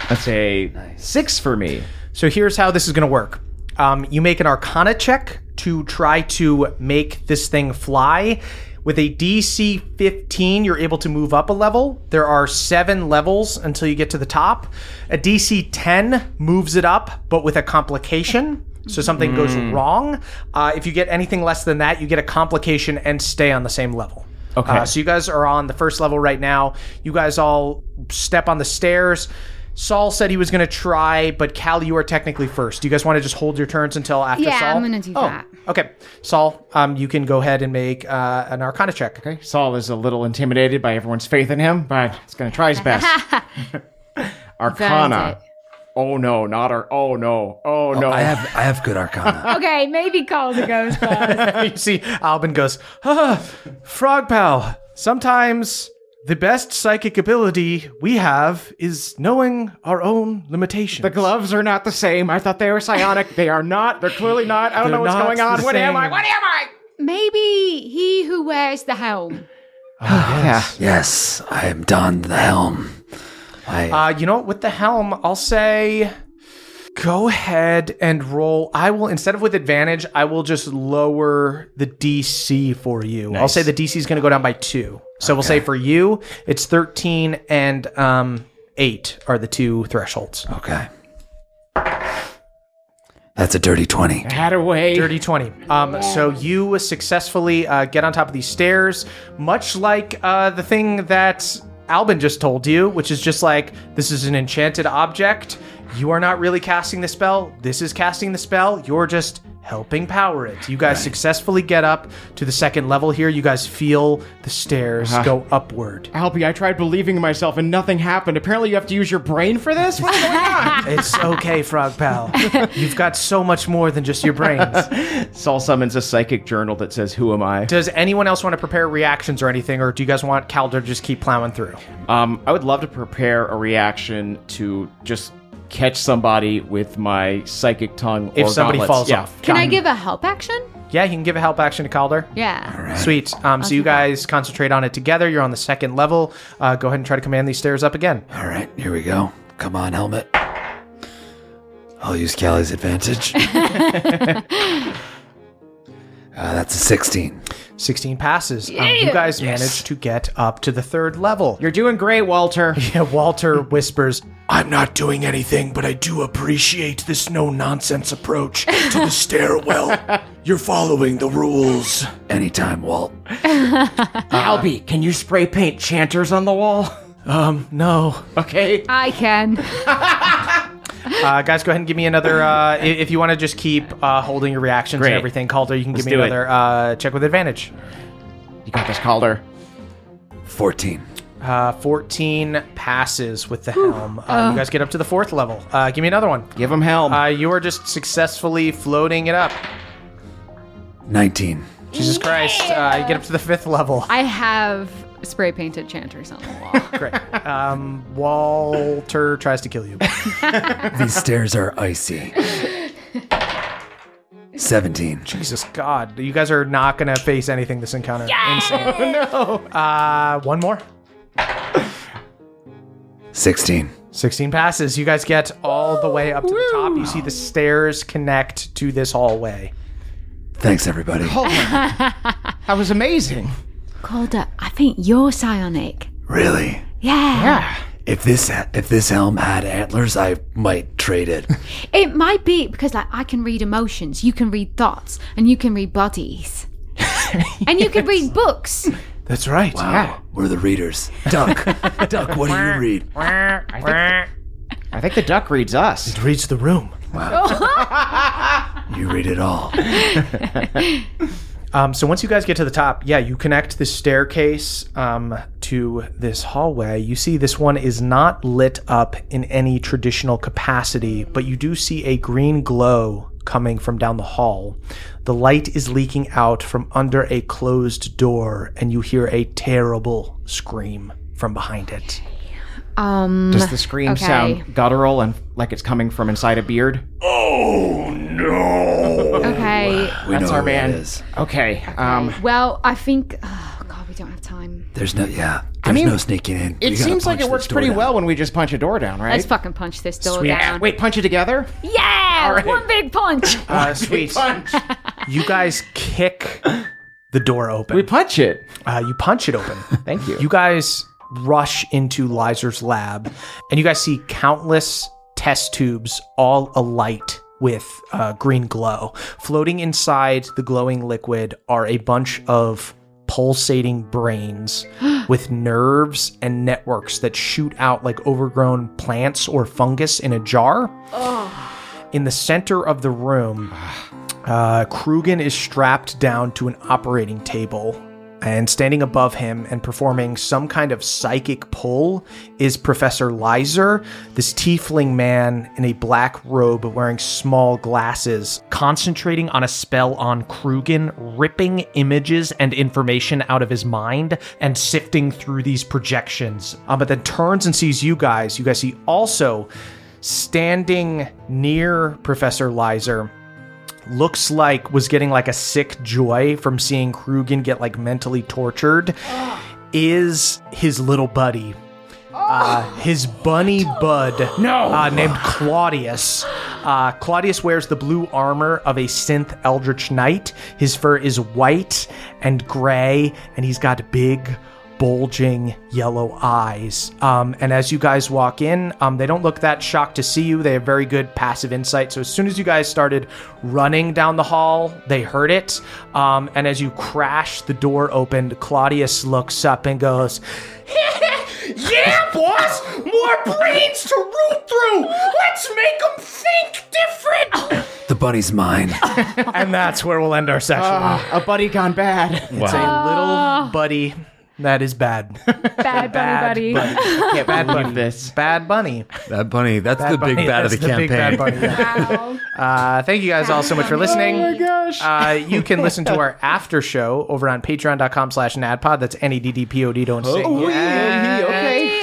S6: That's a six for me.
S2: So here's how this is going to work. Um, you make an arcana check to try to make this thing fly. With a DC 15, you're able to move up a level. There are seven levels until you get to the top. A DC 10 moves it up, but with a complication. So something goes
S6: Hmm.
S2: wrong. Uh, if you get anything less than that, you get a complication and stay on the same level.
S6: Okay.
S2: Uh, so you guys are on the first level right now. You guys all step on the stairs. Saul said he was going to try, but Cal, you are technically first. Do you guys want to just hold your turns until after
S4: Yeah,
S2: Saul? Oh.
S4: I'm going to do that. *laughs*
S2: Okay, Saul, um, you can go ahead and make uh, an Arcana check.
S6: Okay. Saul is a little intimidated by everyone's faith in him, but he's going to try his *laughs* best. Arcana.
S4: Burns
S6: Oh no, not our. Oh no. Oh no.
S3: I have I have good arcana.
S5: Okay, maybe Calder goes
S2: *laughs*
S5: first.
S2: you see, Albin goes, ah, Frog Pal, sometimes the best psychic ability we have is knowing our own limitations.
S6: The gloves are not the same. I thought they were *laughs* psionic. they are not. They're clearly not. I don't
S2: They're
S6: know what's
S2: not
S6: going on.
S2: the
S6: What am I?
S2: same.
S6: What am I?
S4: Maybe he who wears the
S2: *laughs*
S4: helm.
S3: yes, I am donned the helm. I,
S2: Uh, you know what? With the helm, I'll say go ahead and roll. I will, instead of with advantage, I will just lower the DC for you. I'll say the DC is going to go down by two. So we'll say for you, it's 13 and um, 8 are the two thresholds.
S3: okay. That's a dirty 20.
S6: Had a way.
S2: Dirty 20. Um, so you successfully uh, get on top of these stairs, much like uh, the thing that Albin just told you, which is just like this is an enchanted object. You are not really casting the spell. This is casting the spell. You're just helping power it. You guys successfully get up to the second level here. You guys feel the stairs go upward.
S6: Albie, I tried believing in myself and nothing happened. Apparently, you have to use your brain for this. What's *laughs* going on?
S2: It's okay, Frog Pal. You've got so much more than just your brains.
S6: Saul summons a psychic journal that says, "Who am I?"
S2: Does anyone else want to prepare reactions or anything, or do you guys want Calder to just keep plowing through?
S6: Um, I would love to prepare a reaction to just catch somebody with my psychic tongue.
S2: if
S6: or
S2: somebody
S6: gauntlets.
S2: falls
S6: yeah.
S2: off.
S4: Can I
S2: Done.
S4: give a help action?
S2: Yeah, you can give a help action to Calder.
S4: Yeah.
S2: Sweet. Um, so you guys concentrate on it together. You're on the second level. Uh, go ahead and try to command these stairs up again.
S3: All right, here we go. Come on,
S6: *laughs*
S3: helmet. Uh, I'll use Callie's advantage. uh, that's a 16.
S2: 16 passes. Um, you guys manage to get up to the third level.
S6: You're doing great, Walter.
S2: *laughs* Yeah, Walter whispers,
S7: I'm not doing anything, but I do appreciate this no nonsense approach to the *laughs* stairwell. You're following the rules.
S3: Anytime, Walt.
S6: Albie, can you spray paint chanters on the wall? *laughs*
S1: Um, no.
S6: Okay.
S4: I can.
S2: uh, guys, go ahead and give me another. Uh, i- if you want to just keep uh, holding your reactions
S6: Great.
S2: and everything, Calder, you can give
S6: do
S2: me
S6: it.
S2: another uh, check with advantage.
S6: You got this, Calder. *laughs*
S3: 14.
S2: Uh, 14 passes with the helm. Uh, you guys get up to the fourth level. Uh, give me another one.
S6: Give him helm.
S2: Uh, you are just successfully floating it up.
S3: 19.
S2: Jesus Christ. Uh, you get up to the fifth level.
S4: I have spray painted chanters on the wall.
S2: Great. Um, Walter tries to kill you.
S3: These stairs are icy. 17.
S2: Jesus God. You guys are not going to face anything this encounter.
S1: *laughs*
S2: Insane.
S1: Oh,
S6: no.
S2: Uh, one more.
S3: 16.
S2: 16 passes. You guys get all the way up to the top. You see the stairs connect to this hallway.
S3: Thanks, everybody.
S6: That was amazing.
S4: Calder, I think you're psionic.
S3: Really?
S4: Yeah.
S3: If this if this helm had antlers, I might trade
S2: *laughs*
S3: it.
S4: It might be because like I can read emotions, you can read thoughts, and you can read
S2: *laughs*
S4: bodies. and you can read books.
S1: That's right.
S3: Wow. We're the readers. Duck. Duck, what do you read?
S6: I think, I think the duck reads us.
S1: It reads the room.
S4: Oh.
S2: *laughs*
S3: You read it all.
S2: Um, so once you guys get to the top, yeah, you connect this staircase um, to this hallway. You see this one is not lit up in any traditional capacity, but you do see a green glow coming from down the hall. The light is leaking out from under a closed door, and you hear a terrible scream from behind it.
S4: Um
S6: Does the scream
S4: okay.
S6: sound guttural and like it's coming from inside a beard?
S4: Okay.
S3: We
S6: That's
S3: know
S6: our
S3: who it
S6: man.
S3: is.
S6: Okay. Um,
S4: Well, I think oh god, we don't have time.
S3: There's no yeah. There's
S6: mean,
S3: no sneaking in.
S6: it
S3: We gotta
S6: seems like
S3: punch
S6: it works
S3: this door
S6: pretty
S3: down.
S6: well when we just punch a door down, right?
S4: Let's fucking punch this door
S6: Sweet.
S4: down.
S6: Wait, punch it together?
S4: Yeah! One big
S6: *laughs*
S4: punch.
S2: Uh,
S4: *laughs*
S2: sweet.
S6: Punch.
S2: You guys kick the door open.
S6: we punch it.
S2: Uh, you punch it open.
S6: *laughs* Thank you.
S2: You guys rush into Lizer's lab, and you guys see countless test tubes all alight with uh, green glow. Floating inside the glowing liquid are a bunch of pulsating
S6: *gasps*
S2: brains with nerves and networks that shoot out like overgrown plants or fungus in a jar. In the center of the room, uh, Krugen is strapped down to an operating table, and standing above him and performing some kind of psychic pull is Professor Lizer, this tiefling man in a black robe wearing small glasses, concentrating on a spell on Krugen, ripping images and information out of his mind and sifting through these projections. Uh, but then turns and sees you guys. You guys see also standing near Professor Lizer looks like was getting like a sick joy from seeing Krugen get like mentally tortured is his little buddy. Uh, his bunny bud, no, uh, named Claudius. Uh, Claudius wears the blue armor of a synth eldritch knight. His fur is white and gray, and he's got big, bulging yellow eyes. Um, and as you guys walk in, um, they don't look that shocked to see you. They have very good passive insight. So as soon as you guys started running down the hall, they heard it. Um, and as you crash the door opened, Claudius looks up and goes, *laughs* yeah, boss! More brains to root through! Let's make them think different!
S3: The bunny's mine.
S2: *laughs* and that's where we'll end our session.
S6: Uh, A buddy gone bad.
S2: it's a
S6: Ah.
S2: little buddy that is bad.
S4: Bad buddy buddy.
S6: I can't bad believe this.
S2: Bad bunny.
S9: That bunny, that's the big
S2: Bunny,
S9: bad of the,
S2: that's big bad
S9: campaign.
S2: bunny.
S4: Wow.
S2: *laughs* Uh, thank you guys all so much for listening.
S6: Oh my gosh.
S2: Uh, you can listen to our after show over on patreon.com slash nadpod. That's E N-E-D-D-P-O-D, don't sing.
S9: Oh,
S6: Uh, Okay.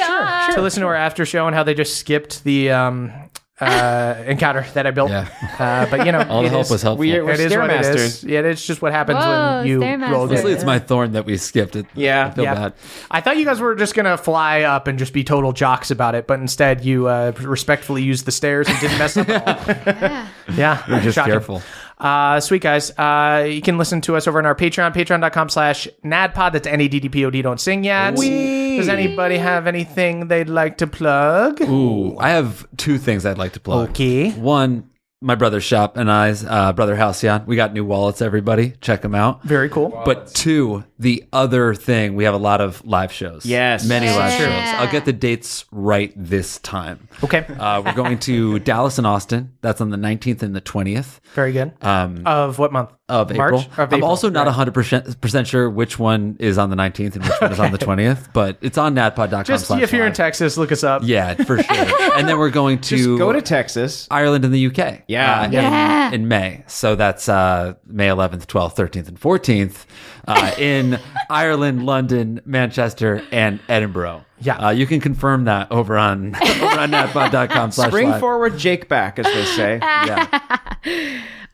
S2: To listen to our after show and how they just skipped the um, uh, encounter that I built.
S9: Yeah.
S2: Uh, but, you know,
S9: All the
S2: it
S9: help
S2: is-
S9: was helpful.
S6: We're, we're
S2: It is what it is.
S6: Stairmasters.
S2: Yeah, it's just what happens
S4: Whoa,
S2: when you
S4: Stairmaster.
S2: roll
S9: Mostly
S2: the
S9: it's my thorn that we skipped it.
S6: Yeah.
S9: I feel
S2: Yeah.
S9: bad.
S2: I thought you guys were just gonna fly up and just be total jocks about it, but instead you uh, respectfully used the stairs and didn't mess up
S6: *laughs*
S2: at all. yeah,
S9: We're just
S2: shocking.
S9: careful.
S2: Uh, sweet guys, uh, you can listen to us over on our Patreon, patreon.com slash nadpod. That's N-A-D-D-P-O-D, don't sing yet. Does anybody have anything they'd like to plug?
S9: Ooh, I have two things I'd like to plug.
S2: Okay.
S9: One, my brother's shop and I's uh, brother Halcyon. We got new wallets. Everybody, check them out.
S2: Very cool.
S9: But two, the other thing, we have a lot of live shows.
S6: Yes.
S9: many
S6: Yeah.
S9: live shows. I'll get the dates right this time.
S2: Okay.
S9: Uh, we're
S2: *laughs*
S9: going to Dallas and Austin. That's on the 19th and the 20th
S2: Very good. Um, of what month?
S9: of
S2: March?
S9: April.
S2: Of
S9: I'm
S2: April,
S9: also not
S2: right.
S9: 100% percent sure which one is on the 19th and which one
S2: *laughs*
S9: is on the 20th, but it's on natpod.com.
S2: Just
S9: slash
S2: if you're in
S9: live.
S2: Texas, look us
S6: *laughs*
S2: up.
S9: Yeah, for sure. and then we're going to,
S6: Just go to Texas.
S9: Ireland and the UK.
S6: Yeah.
S9: in-
S6: Yeah.
S9: In, May. So that's uh, May 11th, 12th, 13th, and 14th uh, in Ireland, London, Manchester, and Edinburgh. Yeah. Uh, you can confirm that over on *laughs* over on natpod.com slash
S6: Spring
S9: live.
S6: forward, Jake back, as they say.
S9: yeah.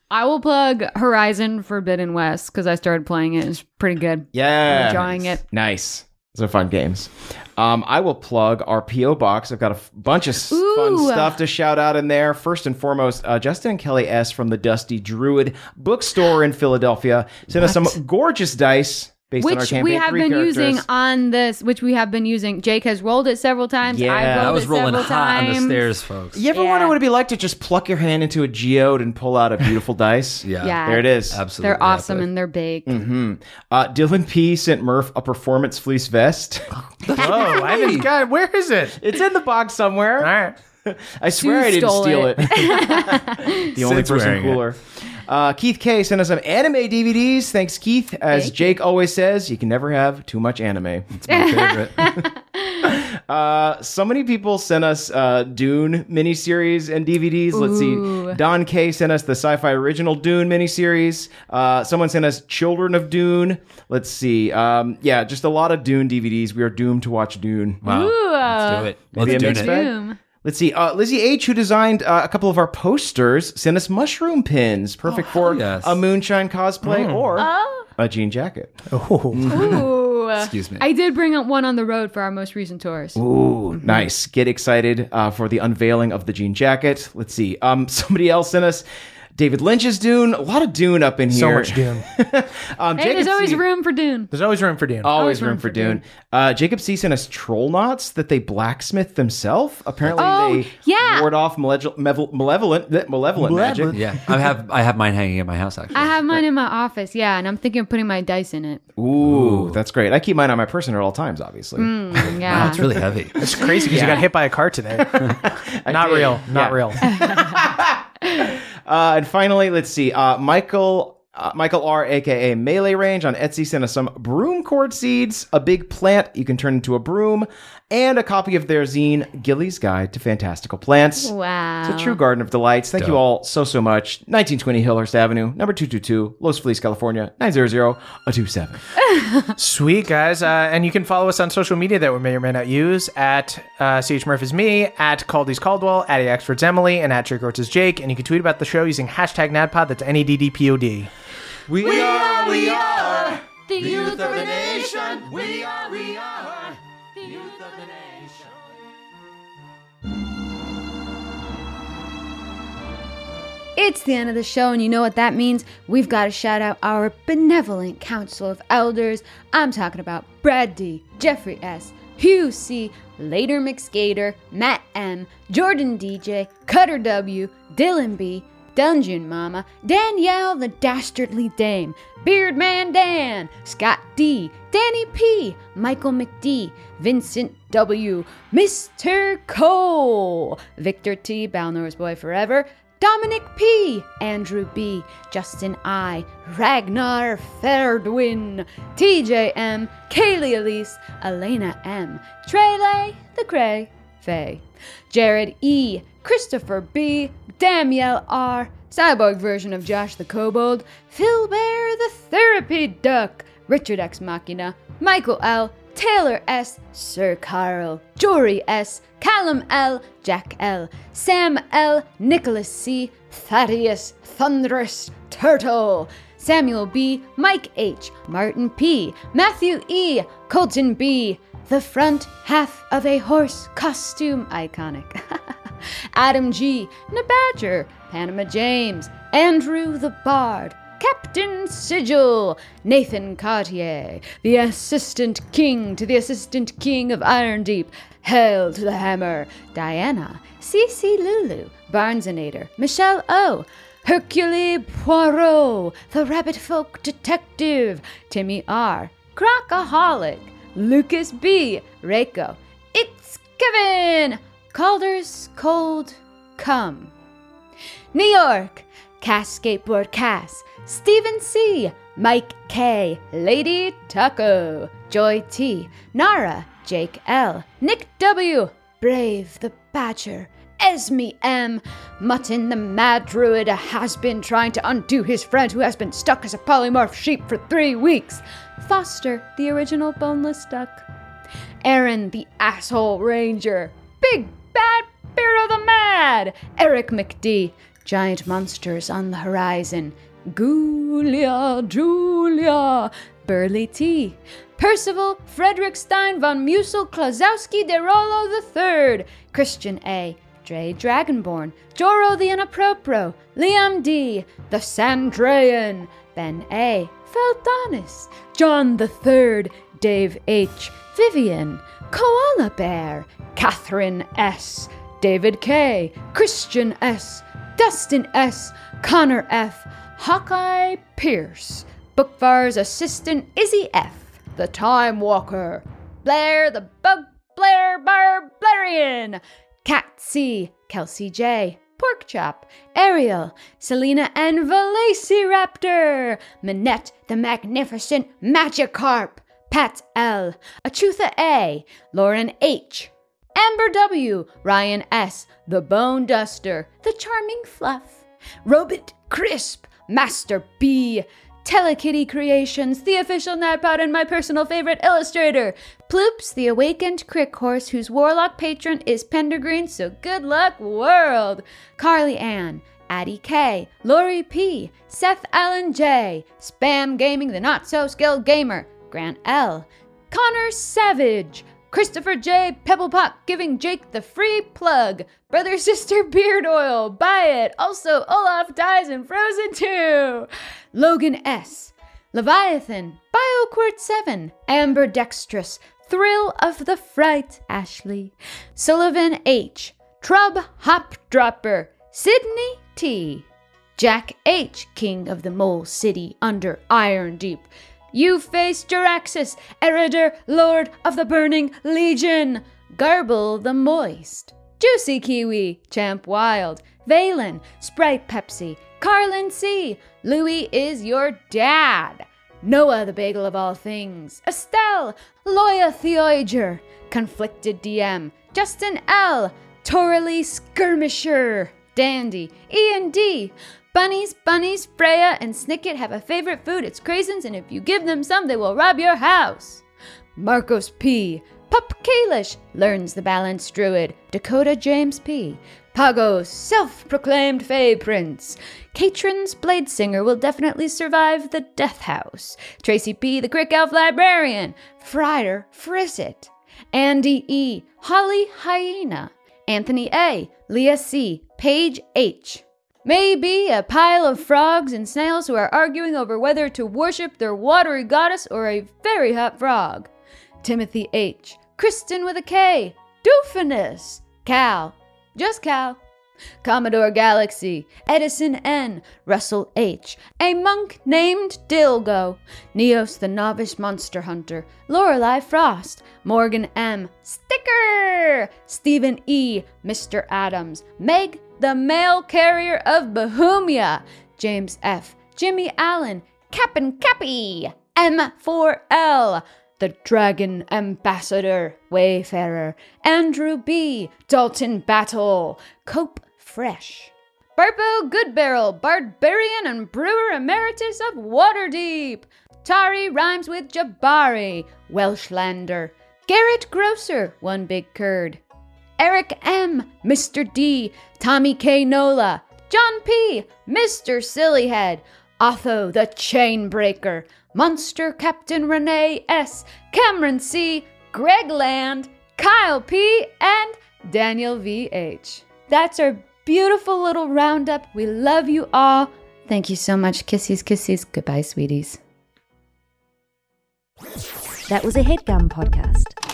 S4: I will plug Horizon Forbidden West because I started playing it. It's pretty good.
S6: Yeah.
S4: I'm enjoying it.
S6: Nice. Those are fun games. Um, I will plug our PO box. I've got a f- bunch of s- fun
S4: Ooh.
S6: stuff to shout out in there. First and foremost, uh, Justin and Kelly S from the Dusty Druid Bookstore in Philadelphia sent us some gorgeous dice based on our
S4: Which
S6: campaign.
S4: we have
S6: three
S4: been
S6: characters.
S4: using on this, which we have been using. Jake has rolled it several times.
S6: Yeah,
S4: I rolled
S6: I was
S4: it
S6: rolling
S4: several
S6: hot on the
S4: times.
S9: Stairs, folks.
S6: You ever wonder what it'd be like to just pluck your hand into a geode and pull out a beautiful *laughs* dice?
S4: Yeah.
S6: There it is.
S4: They're awesome and they're big.
S6: hmm Uh, Dylan P sent Murph a performance fleece vest.
S4: Oh,
S1: Whoa, I haven't got where is it?
S6: It's in the box somewhere. All
S1: right.
S6: *laughs* I swear I didn't
S1: stole
S6: steal
S1: it.
S6: it. *laughs* the only
S1: Since
S6: person
S1: wearing it.
S6: cooler. Uh, Keith K sent us some anime DVDs. Thanks, Keith. As Jake always says, you can never have too much anime. It's
S4: my
S6: favorite. *laughs* uh, so many people sent us uh, Dune miniseries and DVDs. Let's
S4: Ooh.
S6: see. Don K sent us the sci-fi original Dune miniseries. Uh, someone sent us Children of Dune. Let's see. Um, yeah, just a lot of Dune DVDs. We are doomed to watch Dune.
S4: Ooh,
S6: Let's do it. Maybe
S9: Let's
S6: a
S9: do
S6: mixed
S9: it.
S6: bag?
S4: Doom.
S6: Let's see. Uh, Lizzie H, who designed uh, a couple of our posters, sent us mushroom pins, perfect Um, for
S1: Oh,
S6: a moonshine cosplay or
S4: Oh.
S6: a jean jacket.
S2: Oh.
S6: *laughs*
S4: Ooh.
S6: Excuse me.
S4: I did bring up one on the road for our most recent tours.
S6: Ooh, nice. Mm-hmm. Get excited uh, for the unveiling of the jean jacket. Let's see. Um, *laughs* somebody else sent us David Lynch's Dune. A lot of Dune up in here.
S1: So much Dune.
S6: *laughs* um,
S4: hey, there's
S6: Jacob
S4: always
S6: C-
S4: room for Dune.
S1: There's always room for Dune.
S6: Always room for Dune. Uh, Jacob C sent us troll knots that they blacksmith themselves. Apparently,
S4: Oh,
S6: they
S4: yeah.
S6: ward off malevol- malevolent, malevolent, malevolent magic.
S9: Yeah. I have I have mine hanging in my house actually.
S4: I have mine in my office, yeah, and I'm thinking of putting my dice in it.
S6: Ooh, that's great. I keep mine on my person at all times, obviously.
S4: *laughs* Mm, yeah.
S9: heavy.
S1: It's crazy because
S6: Yeah.
S1: you got hit by a
S4: *laughs*
S1: car today. not real. Not real.
S4: *laughs*
S6: *laughs* Uh, and finally, let's see. Uh, Michael. Uh, Michael R, aka Melee Range, on Etsy sent us some broom cord seeds, a big plant you can turn into a broom, and a copy of their zine, Gilly's Guide to Fantastical Plants.
S4: Wow.
S6: It's a true garden of delights. Thank you all so, so much. 1920 Hillhurst Avenue, number 222, Los Feliz, California,
S4: *laughs*
S6: 90027.
S1: Sweet guys, uh, and you can follow us on social media that we may or may not use at uh, CH Murph is me, at Caldy's Caldwell, at Axford's Emily, and at Jake Ortiz Jake. And you can tweet about the show using hashtag NADPOD. That's N A D D P O D.
S9: We,
S1: are,
S9: we
S1: are
S9: the
S7: youth of
S9: the
S7: nation. We are, we are the youth of the nation.
S4: It's the end of the show, and you know what that means. We've got to shout out our benevolent council of elders. I'm talking about Brad D, Jeffrey S, Hugh C, Later McSkater, Matt M, Jordan DJ, Cutter W, Dylan B, Dungeon Mama, Danielle the Dastardly Dame, Beardman Dan, Scott D, Danny P, Michael McD, Vincent W, Mr. Cole, Victor T, Balnor's Boy Forever, Dominic P, Andrew B, Justin I, Ragnar Ferdwin, TJ M, Kaylee Elise, Elena M, Trele the Gray, Faye, Jared E, Christopher B, Danielle R, Cyborg version of Josh the Kobold, Phil Bear the Therapy Duck, Richard X Machina, Michael L, Taylor S, Sir Carl, Jory S, Callum L, Jack L, Sam L, Nicholas C, Thaddeus, Thunderous, Turtle, Samuel B, Mike H, Martin P, Matthew E, Colton B, the front half of a horse costume iconic. *laughs* Adam G, Nabadger, Panama James, Andrew the Bard, Captain Sigil, Nathan Cartier, the assistant king to the assistant king of Iron Deep, Hail to the Hammer, Diana, CC Lulu, Barnesonator, Michelle O, Hercule Poirot, the Rabbit Folk Detective, Timmy R, Crocaholic, Lucas B, Reiko, It's Kevin, Calder's Cold Come. New York, Cass Skateboard Cass, Stephen C, Mike K, Lady Taco, Joy T, Nara, Jake L, Nick W, Brave the Badger, Esme M. Mutton, the mad druid, has been trying to undo his friend who has been stuck as a polymorph sheep for three weeks. Foster, the original boneless duck. Aaron, the asshole ranger. Big bad Beardo the mad. Eric McD. Giant monsters on the horizon. Julia, Julia. Burley T. Percival Frederick Stein von Musel Klausowski de Rollo III, Christian A. Dre Dragonborn, Joro the Inapropro, Liam D. The Sandrean, Ben A. Feldonis, John III, Dave H. Vivian, Koala Bear, Catherine S. David K. Christian S. Dustin S. Connor F. Hawkeye Pierce, Bookvar's assistant Izzy F. The Time Walker, Blair the Bug Blair Barbarian, Cat C, Kelsey J, Pork Chop, Ariel, Selena and Velociraptor, Minette the Magnificent Magikarp, Pat L, Achutha A, Lauren H, Amber W, Ryan S, The Bone Duster, The Charming Fluff, Robit Crisp, Master B, Telekitty Creations, the official Nadpod and my personal favorite illustrator, Ploops, the awakened crick horse whose warlock patron is Pendergreen, so good luck, world! Carly Ann, Addie K, Lori P, Seth Allen J, Spam Gaming, the not so skilled gamer, Grant L, Connor Savage, Christopher J. Pebblepot giving Jake the free plug. Brother Sister *laughs* Beard Oil, buy it. Also, Olaf dies in Frozen 2. Logan S. Leviathan, BioQuart 7, Amber Dextrous, Thrill of the Fright, Ashley, Sullivan H. Trub Hop Dropper, Sydney T. Jack H., King of the Mole City under Iron Deep. You face Jaraxis, Erider, Lord of the Burning Legion. Garble the Moist. Juicy Kiwi, Champ Wild. Valen, Sprite Pepsi. Carlin C. Louis is your dad. Noah, the bagel of all things. Estelle, Loya Theoiger. Conflicted DM. Justin L. Torley Skirmisher. Dandy, Ian D. Bunnies, bunnies, Freya, and Snicket have a favorite food. It's craisins, and if you give them some, they will rob your house. Marcos P. Pup Kalish learns the balanced druid. Dakota James P. Pagos, self proclaimed Fey Prince. Catron's Blade Singer will definitely survive the Death House. Tracy P., the Crick Elf Librarian. Friar Frizzit. Andy E., Holly Hyena. Anthony A., Leah C., Paige H. Maybe a pile of frogs and snails who are arguing over whether to worship their watery goddess or a very hot frog. Timothy H. Kristen with a K. Doofinus. Cal. Just Cal. Commodore Galaxy. Edison N. Russell H. A monk named Dilgo. Neos the novice monster hunter. Lorelei Frost. Morgan M. Sticker. Stephen E. Mr. Adams. Meg the mail carrier of Bohemia. James F. Jimmy Allen. Cap'n Cappy. M4L. The Dragon Ambassador, Wayfarer, Andrew B., Dalton Battle, Cope Fresh, Burpo Goodbarrel, Barbarian and Brewer Emeritus of Waterdeep, Tari rhymes with Jabari, Welshlander, Garrett Grocer, One Big Curd, Eric M., Mr. D., Tommy K. Nola, John P., Mr. Sillyhead, Otho the Chainbreaker, Monster Captain Renee S., Cameron C., Greg Land, Kyle P., and Daniel V.H. That's our beautiful little roundup. We love you all. Thank you so much. Kissies, kissies. Goodbye, sweeties.
S5: That was a headgum podcast.